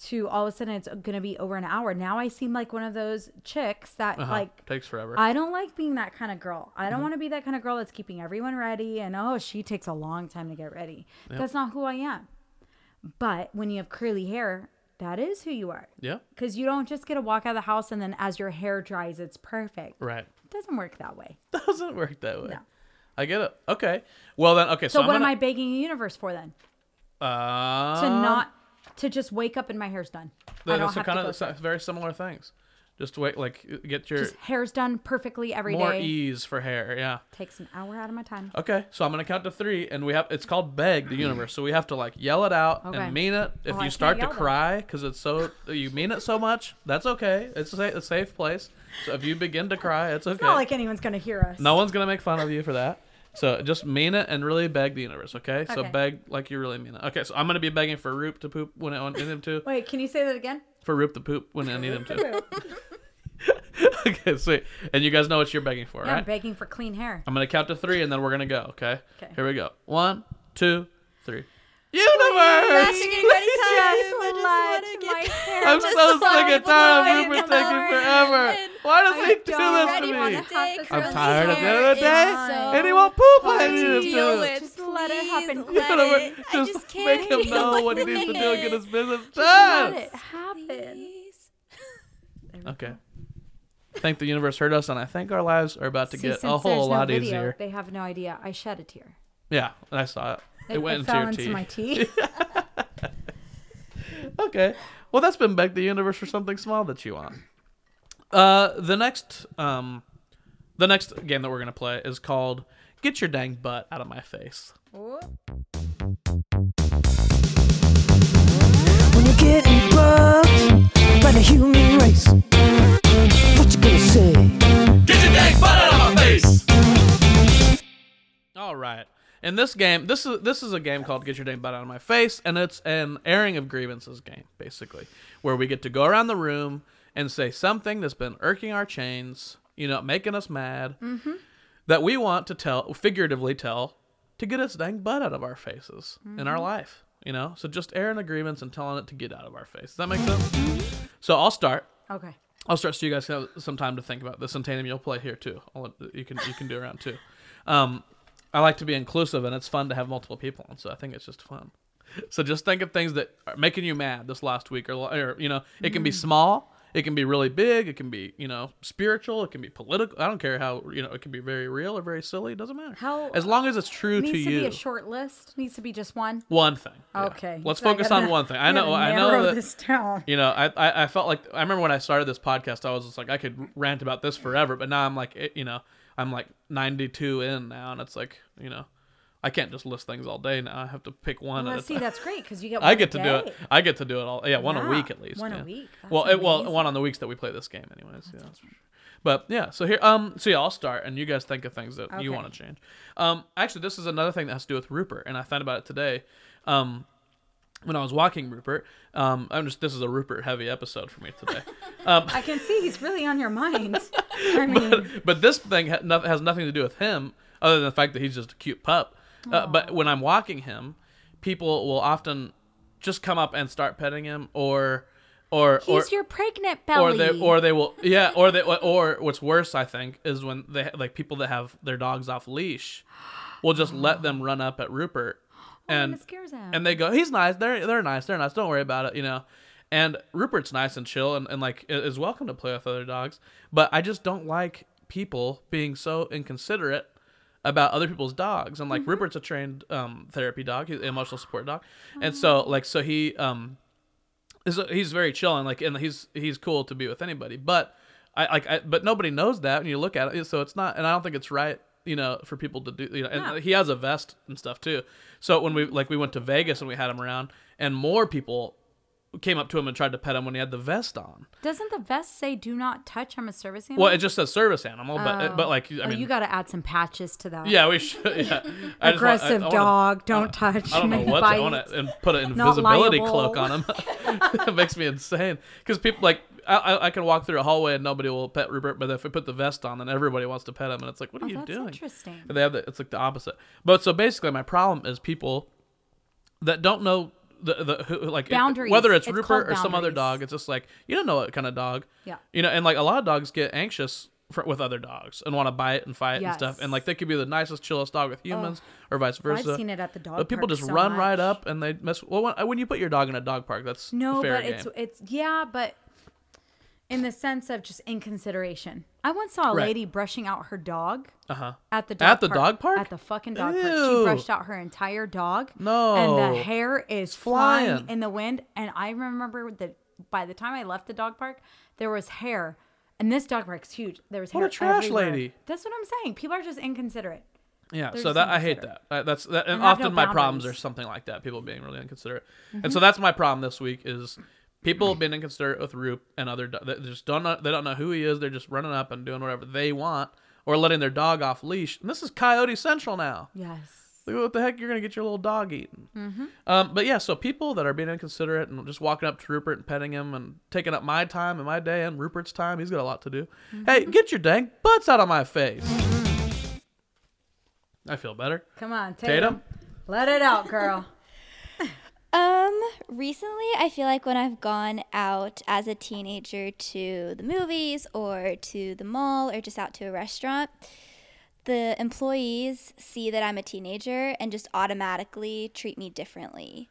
S2: to all of a sudden it's going to be over an hour. Now I seem like one of those chicks that,
S1: Uh-huh.
S2: like,
S1: takes forever.
S2: I don't like being that kind of girl. I don't want to be that kind of girl that's keeping everyone ready and, oh, she takes a long time to get ready. That's not who I am. But when you have curly hair, that is who you are.
S1: yeah,
S2: Because you don't just get to walk out of the house and then as your hair dries, it's perfect.
S1: right.
S2: It doesn't work that way.
S1: Doesn't work that way.
S2: No.
S1: I get it. Okay. Well then, okay. So,
S2: So,
S1: I'm
S2: what
S1: gonna,
S2: am I begging the universe for then?
S1: Uh,
S2: to not to just wake up and my hair's done. I
S1: They're
S2: don't
S1: so
S2: have to
S1: kind
S2: go
S1: of
S2: through-
S1: very similar things. Just wait, like uh, get your
S2: just hair's done perfectly every day.
S1: more ease for hair. Yeah.
S2: Takes an hour out of my time.
S1: Okay, so I'm gonna count to three, and we have it's called beg the universe. So we have to like yell it out
S2: Okay.
S1: and mean it. If you
S2: Oh, I can't
S1: start to
S2: yell then.
S1: cry because it's so you mean it so much, that's okay. It's a, sa- a safe place. So if you begin to cry, it's okay.
S2: Not like anyone's gonna hear us.
S1: no one's gonna make fun of you for that. So just mean it and really beg the universe. Okay, so
S2: Okay.
S1: beg like you really mean it. Okay, so I'm gonna be begging for Roop to poop when I want him to.
S2: Wait, can you say that again?
S1: For Roop to poop when I need him to. okay, sweet. And you guys know what you're begging for,
S2: Yeah,
S1: right?
S2: I'm begging for clean hair.
S1: I'm gonna count to three and then we're gonna go, okay?
S2: 'Kay.
S1: Here we go. One, two, three. Universe!
S2: Just let my hair.
S1: I'm
S2: just
S1: so
S2: let
S1: sick
S2: it
S1: of time. We've
S2: blow
S1: been
S2: in
S1: taking
S2: the
S1: forever. Why does
S2: I
S1: he
S2: don't
S1: do
S2: already
S1: this
S2: wanna-
S1: to me?
S2: I'm
S1: tired
S2: at
S1: at
S2: the
S1: the
S2: hair
S1: end of the day,
S2: is so
S1: and he won't poop. I
S2: hard
S1: need
S2: to
S1: him
S2: deal
S1: to.
S2: with. Just let it happen.
S5: Please Let
S1: Whatever.
S5: it. I
S1: Just,
S5: just
S1: make
S5: can't
S1: him know
S5: deal
S1: what he
S5: with
S1: needs to do and get
S5: it.
S1: his business
S2: Let
S1: done.
S2: it happen.
S5: Please.
S1: Okay. Thank the universe heard us, and I think our lives are about to
S2: See,
S1: get a
S2: since there's
S1: whole
S2: no
S1: lot
S2: video,
S1: easier.
S2: They have no idea. I shed a tear.
S1: Yeah, I saw it. It, went into
S2: fell
S1: your
S2: into
S1: teeth.
S2: my tea.
S1: Okay. Well, that's been Beck the Universe for something small that you want. Uh, the next, um, the next game that we're gonna play is called "Get Your Dang Butt Out of My Face."
S6: when you're getting bugged by the human race. What you gonna say?
S1: All right. In this game, this is this is a game called "Get Your Dang Butt Out of My Face," and it's an airing of grievances game, basically, where we get to go around the room and say something that's been irking our chains, you know, making us mad, that we want to tell, figuratively tell, to get its dang butt out of our faces in our life, you know. So just airing a grievance and telling it to get out of our face. Does that make sense? So I'll start.
S2: Okay.
S1: I'll start so you guys have some time to think about this. And Tatum, you'll play here too. I'll, you can you can do around too. Um, I like to be inclusive, and it's fun to have multiple people on. So I think it's just fun. So just think of things that are making you mad this last week, or, or you know, it
S2: Mm.
S1: can be small, it can be really big, it can be you know spiritual, it can be political. I don't care how you know it can be very real or very silly. It doesn't matter.
S2: How-
S1: as long as it's true
S2: Needs
S1: to
S2: to,
S1: you.
S2: be a short list. Needs to be just one.
S1: one thing. Yeah.
S2: Okay.
S1: Let's
S2: So I
S1: focus
S2: gotta-
S1: on one thing. I
S2: gotta
S1: know. I
S2: narrow
S1: know that
S2: this down.
S1: you know, I, I I felt like I remember when I started this podcast, I was just like I could rant about this forever, but now I'm like, it, you know, I'm like 92 in now, and it's like, you know, I can't just list things all day now. I have to pick one
S2: Well,
S1: at a
S2: see,
S1: time.
S2: that's great because you get. One
S1: I get to do
S2: day.
S1: it. I get to do it all. Yeah, one a
S2: Yeah,
S1: week at least.
S2: one a
S1: yeah.
S2: week. That's
S1: well, it, well,
S2: amazing.
S1: one on the weeks that we play this game, anyways. yeah, that's for sure. But yeah, so here, um, so yeah, I'll start, and you guys think of things that you
S2: Okay.
S1: want to change. Um, actually, this is another thing that has to do with Rupert, and I thought about it today. Um, when I was walking Rupert, um, I'm just this is a Rupert heavy episode for me today.
S2: I can see he's really on your mind. I mean,
S1: but this thing ha- no- has nothing to do with him other than the fact that he's just a cute pup. Uh, but when I'm walking him, people will often just come up and start petting him or or or
S2: he's your pregnant belly.
S1: or they or they will yeah or they or what's worse I think is when they like people that have their dogs off leash will just let them run up at Rupert
S2: and
S1: and
S2: Oh, it scares him.
S1: and they go he's nice they're they're nice they're nice don't worry about it you know and rupert's nice and chill and, and like i- is welcome to play with other dogs but i just don't like people being so inconsiderate about other people's dogs and like
S2: Mm-hmm.
S1: rupert's a trained um therapy dog he's an emotional support dog and
S2: Oh.
S1: so like so he um is he's very chill and like and he's he's cool to be with anybody but i like I, but nobody knows that when you look at it so it's not and i don't think it's right you know for people to do you know and he has a vest and stuff too so when we like we went to vegas and we had him around and more people came up to him and tried to pet him when he had the vest on.
S2: Doesn't the vest say "Do not touch"? I'm a service animal.
S1: Well, it just says service animal, but but like I
S2: oh,
S1: mean,
S2: you got to add some patches to that.
S1: yeah, we should. Yeah. I just want- I- I
S2: aggressive
S1: wanna-
S2: dog. don't touch.
S1: I don't know
S2: make
S1: what to, I
S2: bite.
S1: want to and put an
S2: Not
S1: invisibility
S2: liable.
S1: cloak on him. it makes me insane because people like I, I, I can walk through a hallway and nobody will pet Rupert, but if we put the vest on, then everybody wants to pet him, and it's like, what are you
S2: Oh, that's
S1: doing?
S2: interesting.
S1: And they have the, it's like the opposite. But so basically, my problem is people that don't know the the who, who, like it-
S2: Boundaries.
S1: whether it's,
S2: It's
S1: Rupert
S2: called
S1: or some other
S2: boundaries.
S1: dog. It's just like you don't know what kind of dog.
S2: Yeah.
S1: You know, and like a lot of dogs get anxious. For, with other dogs and want to bite and fight and stuff,
S2: Yes.
S1: and like they could be the nicest, chillest dog with humans, or vice versa.
S2: seen it at the dog
S1: But people
S2: park
S1: just
S2: so
S1: run right
S2: much.
S1: up and they mess. Well, when, when you put your dog in a dog park, that's
S2: No,
S1: fair
S2: but
S1: game.
S2: it's it's yeah, but in the sense of just inconsideration. I once saw a
S1: Right.
S2: lady brushing out her dog
S1: uh-huh.
S2: at the dog
S1: At the
S2: park,
S1: dog park?
S2: at the fucking dog park.
S1: Ew.
S2: She brushed out her entire dog.
S1: No.
S2: and the hair is flying.
S1: Flying.
S2: in the wind. And I remember that by the time I left the dog park, there was hair. And this dog park's huge. There was
S1: What a
S2: hair.
S1: trash
S2: everywhere.
S1: lady.
S2: That's what I'm saying. People are just inconsiderate.
S1: Yeah,
S2: They're
S1: so
S2: just
S1: that I hate that.
S2: inconsiderate.
S1: Uh, That's that, and
S2: have no
S1: often my problems are
S2: boundaries. Mm-hmm.
S1: something like that. People being really inconsiderate, and so that's my problem this week is people being inconsiderate with Roop and other. do- They just don't know. They don't know who he is. They're just running up and doing whatever they want, or letting their dog off leash. And this is Coyote Central now.
S2: Yes.
S1: Like, what the heck? You're gonna get your little dog eaten. Um, but yeah, so people that are being inconsiderate and just walking up to Rupert and petting him and taking up my time and my day and Rupert's time. He's got a lot to do. Hey, get your dang butts out of my face. I feel better.
S2: Come on, Tatum.
S1: Tatum.
S2: Let it out, girl.
S4: Um, recently, I feel like when I've gone out as a teenager to the movies or to the mall or just out to a restaurant, the employees see that I'm a teenager and just automatically treat me differly.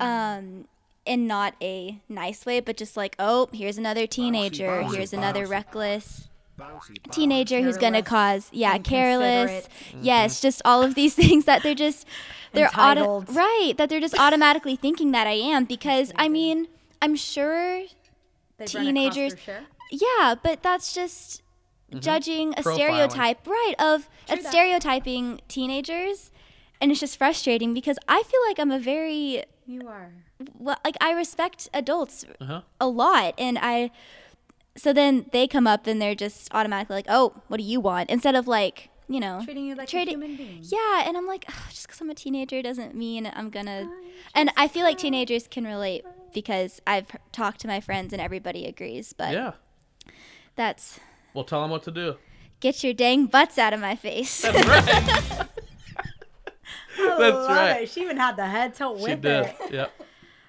S4: Um, in not a nice way, but just like, oh, here's another teenager, here's another reckless teenager who's going to
S2: Careless,
S4: cause, yeah, careless.
S2: inconsiderate.
S4: Yes, just all of these things that they're just they're auto-
S2: Entitled.
S4: right that they're just automatically thinking that I am because I mean I'm sure
S2: They run across
S4: Teenagers-
S2: their share.
S4: yeah but that's just judging a
S1: Profiling.
S4: stereotype right of at stereotyping teenagers and it's just frustrating because I feel like I'm a very
S2: You are.
S4: well, like I respect adults
S1: Uh-huh.
S4: a lot and I so then they come up and they're just automatically like oh what do you want instead of like you know
S2: Treating you like a
S4: treating-
S2: human being.
S4: yeah, and I'm like, "Ugh, just because I'm a teenager doesn't mean I'm gonna. And I feel like teenagers can relate because I've h- talked to my friends and everybody agrees. But
S1: Yeah.
S4: that's
S1: Well, tell him what to do.
S4: get your dang butts out of my face.
S1: That's
S2: Love
S1: right.
S2: it. She even had the head tilt with
S1: She did.
S2: it.
S1: Yep.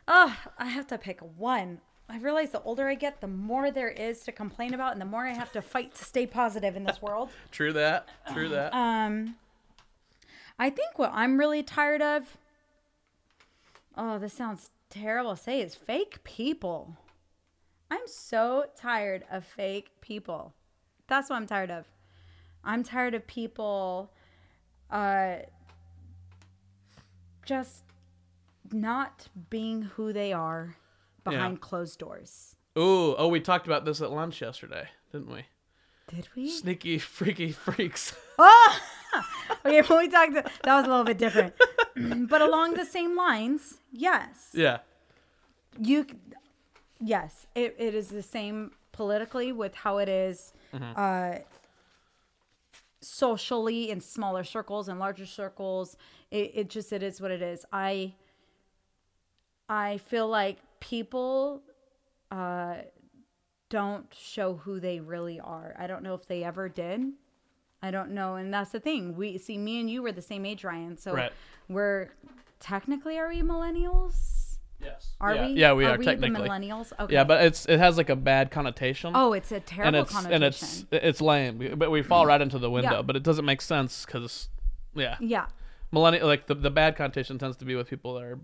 S2: Oh, I have to pick one. I realize the older I get, the more there is to complain about, and the more I have to fight to stay positive in this world.
S1: True that. True that.
S2: Um, I think what I'm really tired of. Oh, this sounds terrible. to Say is fake people. I'm so tired of fake people. That's what I'm tired of. I'm tired of people, uh, just not being who they are behind closed doors.
S1: Ooh. Oh, we talked about this at lunch yesterday, didn't we?
S2: Did we?
S1: Sneaky, freaky freaks.
S2: Oh! okay, when we talked, that was a little bit different. but along the same lines, yes.
S1: yeah.
S2: You, c- yes, it, it is the same politically with how it is, uh, socially in smaller circles and larger circles. It, it just, it is what it is. I, I feel like people, uh, don't show who they really are. I don't know if they ever did. I don't know, and that's the thing. We see me and you were the same age, Ryan. So
S1: Right.
S2: we're technically are we millennials?
S1: Yes.
S2: Are
S1: yeah.
S2: we?
S1: Yeah, we are,
S2: we
S1: technically.
S2: the millennials. Okay.
S1: Yeah, but it's it has like a bad connotation.
S2: oh, it's a terrible
S1: and it's
S2: connotation.
S1: and it's it's lame. But we fall right into the window.
S2: Yeah.
S1: But it doesn't make sense because, yeah,
S2: yeah,
S1: millennial like the, the bad connotation tends to be with people that are,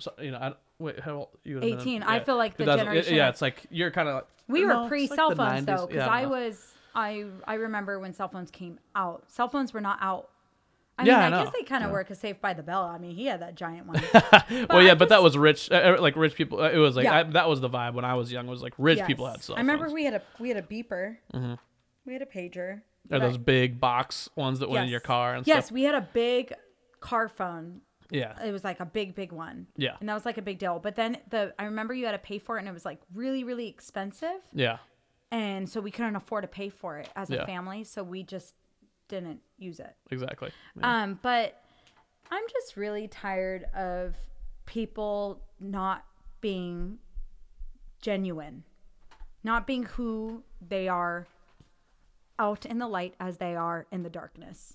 S1: so- you know, I don't- wait, how old you? would've been-
S2: 18. I feel like the
S1: 2000
S2: generation-
S1: Yeah, it's like you're kind of. like
S2: we
S1: no,
S2: were
S1: it's
S2: pre
S1: like
S2: cell
S1: the
S2: phones
S1: 90s.
S2: though, because
S1: Yeah,
S2: I
S1: don't know.
S2: was I I remember when cell phones came out. Cell phones were not out. I
S1: Yeah,
S2: mean,
S1: I
S2: I,
S1: know.
S2: guess they kind of were because Saved by the Bell. I mean, he had that giant one.
S1: Well, yeah,
S2: I
S1: but that was rich, uh, uh, like rich people. uh, It was like
S2: Yeah.
S1: I, that was the vibe when I was young. Was like rich people
S2: Yes.
S1: had cell
S2: I remember
S1: phones. Mm-hmm.
S2: we had a we had a beeper. We had a pager.
S1: Or those big box ones that went in your
S2: Yes. Uh,
S1: car and
S2: yes,
S1: stuff.
S2: we had a big car phone
S1: Yeah.
S2: It was like a big, big one.
S1: Yeah.
S2: And that was like a big deal. But then the I remember you had to pay for it and it was like really, really expensive.
S1: Yeah.
S2: And so we couldn't afford to pay for it as a
S1: Yeah.
S2: family. So we just didn't use it.
S1: Exactly.
S2: Um, but I'm just really tired of people not being genuine, not being who they are out in the light as they are in the darkness.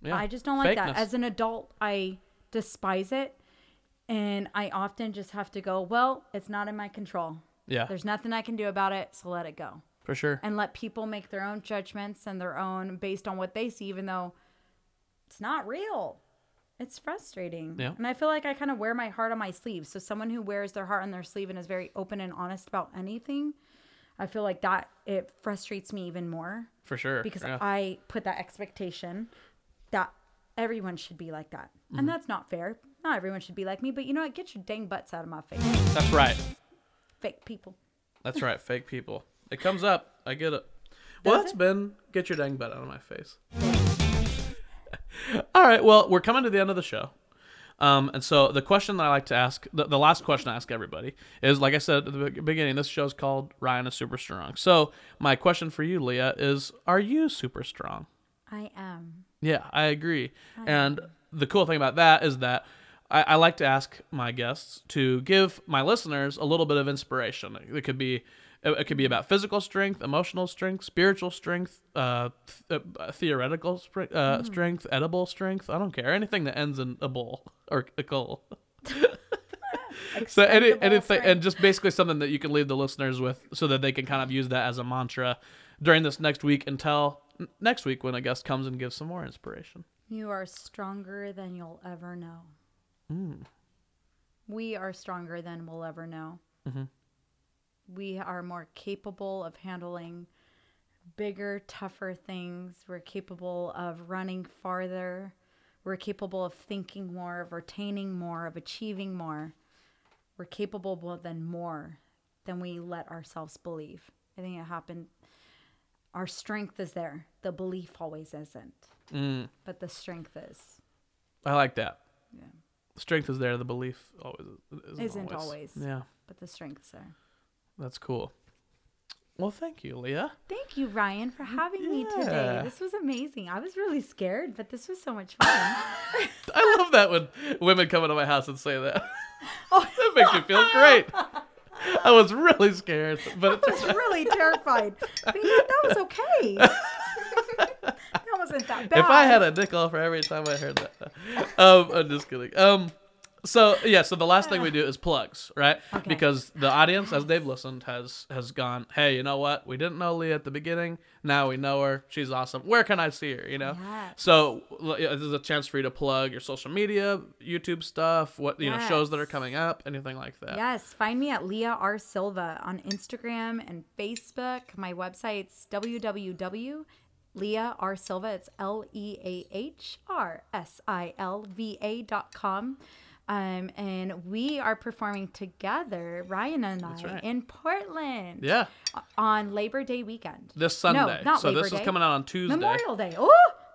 S1: Yeah.
S2: I just don't like that.
S1: Fakeness.
S2: As an adult, I despise it. And I often just have to go, well, it's not in my control.
S1: Yeah.
S2: There's nothing I can do about it, so let it go.
S1: for sure.
S2: And let people make their own judgments and their own based on what they see, even though it's not real. It's frustrating.
S1: Yeah.
S2: And I feel like I kind of wear my heart on my sleeve. So someone who wears their heart on their sleeve and is very open and honest about anything, I feel like that it frustrates me even more
S1: for sure.
S2: because
S1: yeah.
S2: I put that expectation that everyone should be like that.
S1: Mm-hmm.
S2: And that's not fair. Not everyone should be like me, but you know what? Get your dang butts out of my face.
S1: That's right.
S2: Fake people.
S1: That's right. Fake people. It comes up. I get it. Well,
S2: Does
S1: that's
S2: it?
S1: been get your dang butt out of my face. All right. Well, we're coming to the end of the show. Um, and so the question that I like to ask, the, the last question I ask everybody is, like I said at the be- beginning, this show's called Ryan is Super Strong. So my question for you, Leah, is, are you super strong?
S2: I am.
S1: Yeah, I agree. And the cool thing about that is that I, I like to ask my guests to give my listeners a little bit of inspiration. It could be it it could be about physical strength, emotional strength, spiritual strength, uh, th- uh, theoretical spr-
S2: Mm-hmm.
S1: uh, strength, edible strength. I don't care anything that ends in a bull or a coal. so any
S2: Expendable
S1: anything
S2: strength.
S1: and just basically something that you can leave the listeners with so that they can kind of use that as a mantra during this next week until n- next week when a guest comes and gives some more inspiration
S2: You are stronger than you'll ever know. We are stronger than we'll ever know. We are more capable of handling bigger, tougher things. We're capable of running farther. We're capable of thinking more, of retaining more, of achieving more. We're capable more than more than we let ourselves believe. I think it happened. Our strength is there. The belief always isn't but the strength is
S1: i like that strength is there the belief always isn't,
S2: Isn't always.
S1: yeah
S2: but the strength's there
S1: that's cool well thank you leah
S2: thank you ryan for having me today
S1: Yeah.
S2: this was amazing i was really scared but this was so much fun
S1: i love that when women come into my house and say that
S2: Oh.
S1: that makes me feel great i was really scared but it
S2: i was really terrified but you know, that was okay that wasn't that bad
S1: If I had a nickel for every time I heard that, um, I'm just kidding. Um, so yeah, so the last thing we do is plugs, right?
S2: Okay.
S1: Because the audience, as they've listened, has has gone. Hey, you know what? We didn't know Leah at the beginning. Now we know her. She's awesome. Where can I see her? You know.
S2: Yes.
S1: So l- yeah, this is a chance for you to plug your social media, YouTube stuff, what you know, shows that are
S2: Yes.
S1: coming up, anything like that.
S2: Yes, find me at Leah R. Silva on Instagram and Facebook. My website's www.leahrsilva. It's L E A H R S I L V A dot com. Um, and we are performing together, Ryan and I,
S1: right.
S2: in Portland
S1: Yeah.
S2: on Labor Day weekend.
S1: This
S2: No,
S1: Sunday.
S2: not
S1: so
S2: Labor
S1: this is
S2: Day.
S1: coming out on Tuesday.
S2: Memorial Day. Oh,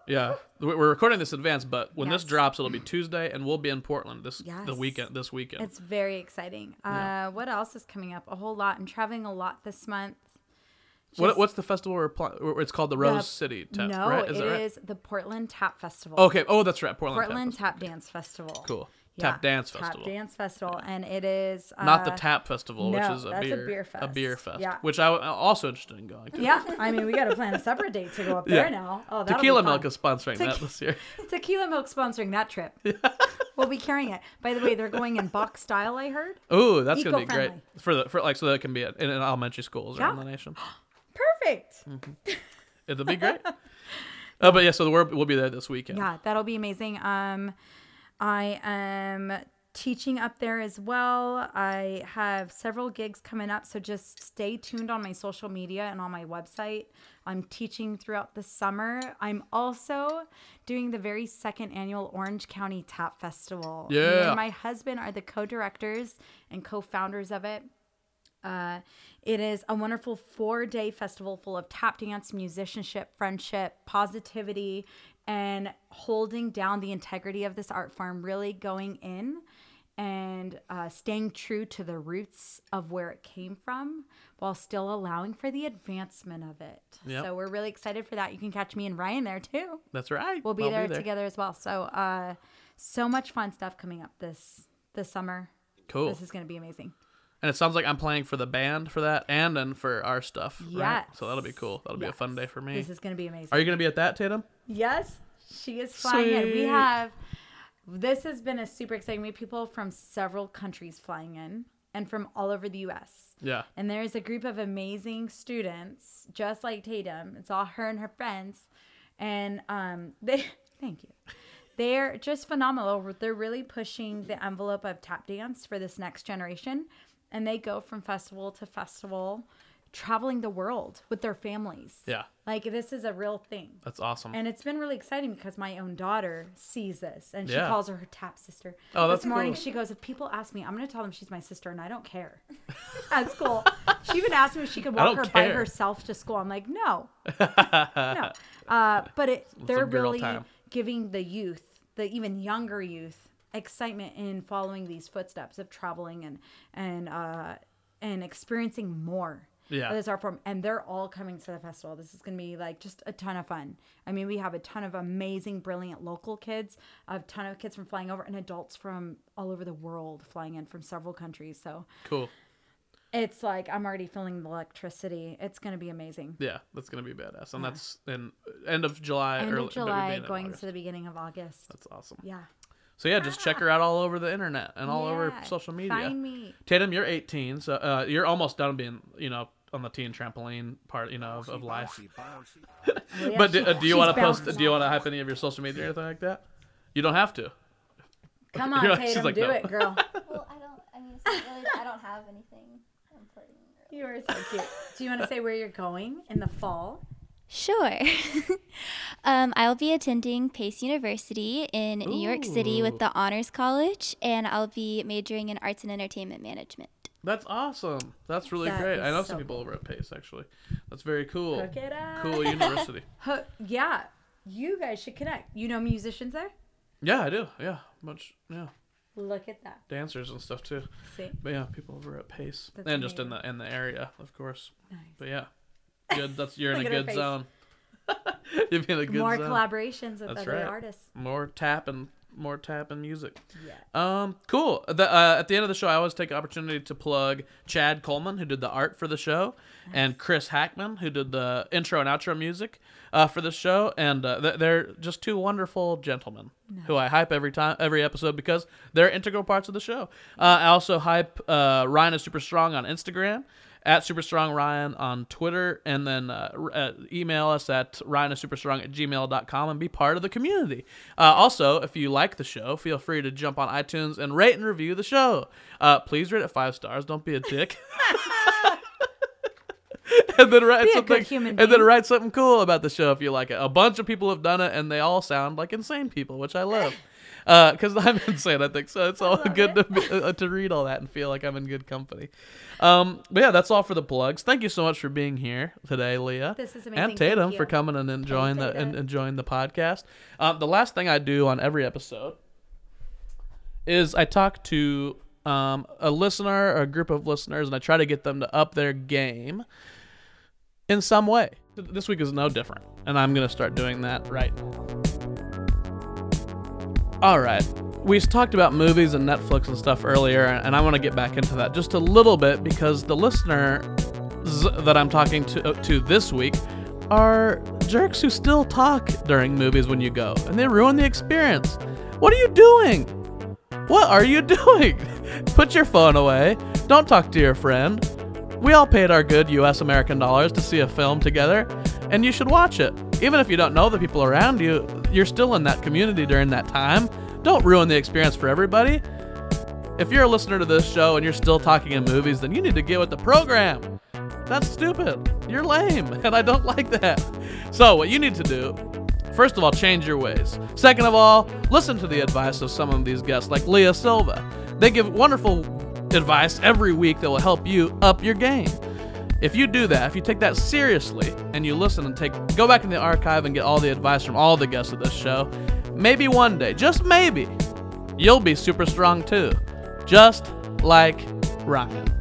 S1: Yeah, We- we're recording this in advance, but when this
S2: Yes.
S1: drops, it'll be Tuesday, and we'll be in Portland this the
S2: Yes.
S1: weekend. This weekend,
S2: it's very exciting. Uh, What else is coming up? A whole lot. and traveling a lot this month.
S1: what,
S2: just-
S1: what's the festival? We're pl- or It's called the Rose
S2: The-
S1: City. Tap,
S2: no,
S1: right?
S2: it
S1: that right?
S2: is the Portland Tap Festival.
S1: Okay. Oh, that's right. Portland. Tap Festival.
S2: Portland Tap Dance Festival.
S1: Cool. Tap Dance Festival.
S2: Tap Dance Festival, and it is uh,
S1: Not the Tap Festival, which
S2: no,
S1: is a
S2: that's a
S1: beer
S2: beer fest.
S1: beer fest,
S2: Yeah.
S1: which I, am also interested in going to.
S2: Yeah, I mean, we got to plan a separate date to go up there
S1: Yeah.
S2: now. Oh, that'll
S1: Tequila
S2: be fun.
S1: Milk is sponsoring that
S2: Tequi-
S1: this year.
S2: Tequila Milk sponsoring that trip. we'll be carrying it. By the way, they're going in box style. I heard.
S1: Ooh, that's gonna be great
S2: Eco-friendly.
S1: for the for like so that it can be at, in, in elementary schools around
S2: Yeah.
S1: the nation.
S2: Perfect.
S1: It'll be great. Uh, but yeah, so we're, we'll be there this weekend.
S2: Yeah, that'll be amazing. Um, I am teaching up there as well. I have several gigs coming up, so just stay tuned on my social media and on my website. I'm teaching throughout the summer. I'm also doing the very second annual Orange County Tap Festival. Me
S1: Yeah.
S2: and my husband are the co-directors and co-founders of it Uh, it is a wonderful four day festival full of tap dance, musicianship, friendship, positivity, and holding down the integrity of this art form, really going in and uh, staying true to the roots of where it came from while still allowing for the advancement of it.
S1: Yep.
S2: So we're really excited for that. You can catch me and Ryan there too.
S1: That's right.
S2: We'll be,
S1: I'll
S2: there, together as well. So uh, so much fun stuff coming up this this summer.
S1: Cool.
S2: This is going to be amazing.
S1: and it sounds like I'm playing for the band for that and then for our stuff. Right? So that'll be
S2: Yes.
S1: cool. That'll be a fun
S2: Yes.
S1: day for me.
S2: This is going to be amazing.
S1: Are you going to be at that, Tatum?
S2: Yes, she is flying in. We
S1: Sweet.
S2: have this has been a super exciting. We have people from several countries flying in and from all over the US.
S1: Yeah.
S2: And there is a group of amazing students, just like Tatum. It's all her and her friends. And um they thank you. They're just phenomenal. They're really pushing the envelope of tap dance for this next generation. And they go from festival to festival, traveling the world with their families.
S1: Yeah.
S2: Like this is a real thing.
S1: That's awesome.
S2: And it's been really exciting because my own daughter sees this and she
S1: Yeah.
S2: calls her her tap sister.
S1: Oh, that's
S2: This morning
S1: cool.
S2: she goes, If people ask me, I'm going to tell them she's my sister and I don't care. At school, she even asked me if she could
S1: I
S2: walk her
S1: don't
S2: by
S1: care.
S2: herself to school. I'm like, No. no. Uh, but it, they're
S1: some girl
S2: really
S1: time.
S2: giving the youth, the even younger youth, excitement in following these footsteps of traveling and, and, uh, and experiencing more
S1: Yeah.
S2: of this art form. And they're all coming to the festival. This is going to be like just a ton of fun. I mean, we have a ton of amazing, brilliant local kids, a ton of kids from flying over, and adults from all over the world flying in from several countries. So
S1: cool.
S2: it's like I'm already feeling the electricity. It's going to be amazing.
S1: Yeah, that's gonna be badass, and that's in end of July.
S2: End
S1: early,
S2: of July, going
S1: to
S2: to the beginning of August.
S1: That's awesome.
S2: Yeah.
S1: So yeah, just check her out all over the internet and all over
S2: Yeah.
S1: social media.
S2: Find me.
S1: Tatum, you're 18, so uh, you're almost done being, you know, on the teen trampoline part, you know, of, of life.
S2: Well, yeah,
S1: But do,
S2: she-
S1: uh, do you
S2: she's
S1: want to post?
S2: bouncing
S1: Do you want to hype any of your social media or anything like that? You don't have to.
S2: Come
S1: You're
S2: on,
S1: like- she's
S2: Tatum,
S1: like,
S2: do
S1: no.
S2: it, girl.
S4: Well, I don't. I mean, it's not really, I don't have anything. important.
S2: You are so cute. Do you want to say where you're going in the fall?
S4: Sure. um, I'll be attending Pace University in New York City
S1: Ooh.
S4: with the Honors College, and I'll be majoring in Arts and Entertainment Management.
S1: That's awesome. That's really
S2: That
S1: great.
S2: is
S1: I know
S2: so
S1: some people over at Pace actually. That's very cool.
S2: Hook it up.
S1: Cool university.
S2: Huh, yeah, you guys should connect. You know musicians there?
S1: yeah, I do. Yeah, much. Yeah,
S2: Look at that.
S1: dancers and stuff too.
S2: See?
S1: But yeah, people over at Pace
S2: That's
S1: and just in the in the area, of course. But yeah, good. That's you're in
S2: Look
S1: a
S2: at her
S1: good
S2: face.
S1: zone. you're in a good
S2: More
S1: zone.
S2: collaborations with
S1: That's
S2: other
S1: right.
S2: artists.
S1: more tap and more tap and music.
S2: Yeah.
S1: Um, cool. The, uh, at the end of the show, I always take opportunity to plug Chad Coleman, who did the art for the show, and Chris Hackman, who did the intro and outro music uh, for the show. And uh, th- they're just two wonderful gentlemen who I hype every time, every episode because they're integral parts of the show. Uh, I also hype uh, Ryan is super strong on Instagram at Super Strong Ryan on Twitter, and then uh, r- uh, email us at ryanisuperstrong at gmail.com and be part of the community. Uh, also, if you like the show, feel free to jump on iTunes and rate and review the show. Uh, please rate it five stars. Don't be a dick. and then write
S2: Be a good
S1: something
S2: human
S1: and then
S2: being.
S1: write something cool about the show if you like it. A bunch of people have done it, and they all sound like insane people, which I love. Because I'm insane, I think so. It's all good to, be- uh, to read all that and feel like I'm in good company. Um, but yeah, that's all for the plugs. Thank you so much for being here today, Leah.
S2: This is
S1: And
S2: amazing. Thank
S1: Tatum
S2: you.
S1: for coming and enjoying the and enjoying the podcast. Uh, the last thing I do on every episode is I talk to um, a listener or a group of listeners, and I try to get them to up their game in some way. This week is no different, and I'm going to start doing that right now. All right. We talked about movies and Netflix and stuff earlier, and I want to get back into that just a little bit because the listeners that I'm talking to, uh, to this week are jerks who still talk during movies when you go, and they ruin the experience. What are you doing? What are you doing? Put your phone away. Don't talk to your friend. We all paid our good US American dollars to see a film together, and you should watch it. Even if you don't know the people around you, you're still in that community during that time. Don't ruin the experience for everybody. If you're a listener to this show and you're still talking in movies, then you need to get with the program. That's stupid. You're lame, and I don't like that. So, what you need to do, first of all, change your ways. Second of all, listen to the advice of some of these guests, like Leah Silva. They give wonderful advice every week that will help you up your game. If you do that, if you take that seriously and you listen and take go back in the archive and get all the advice from all the guests of this show, maybe one day, just maybe, you'll be super strong too. Just like Ryan.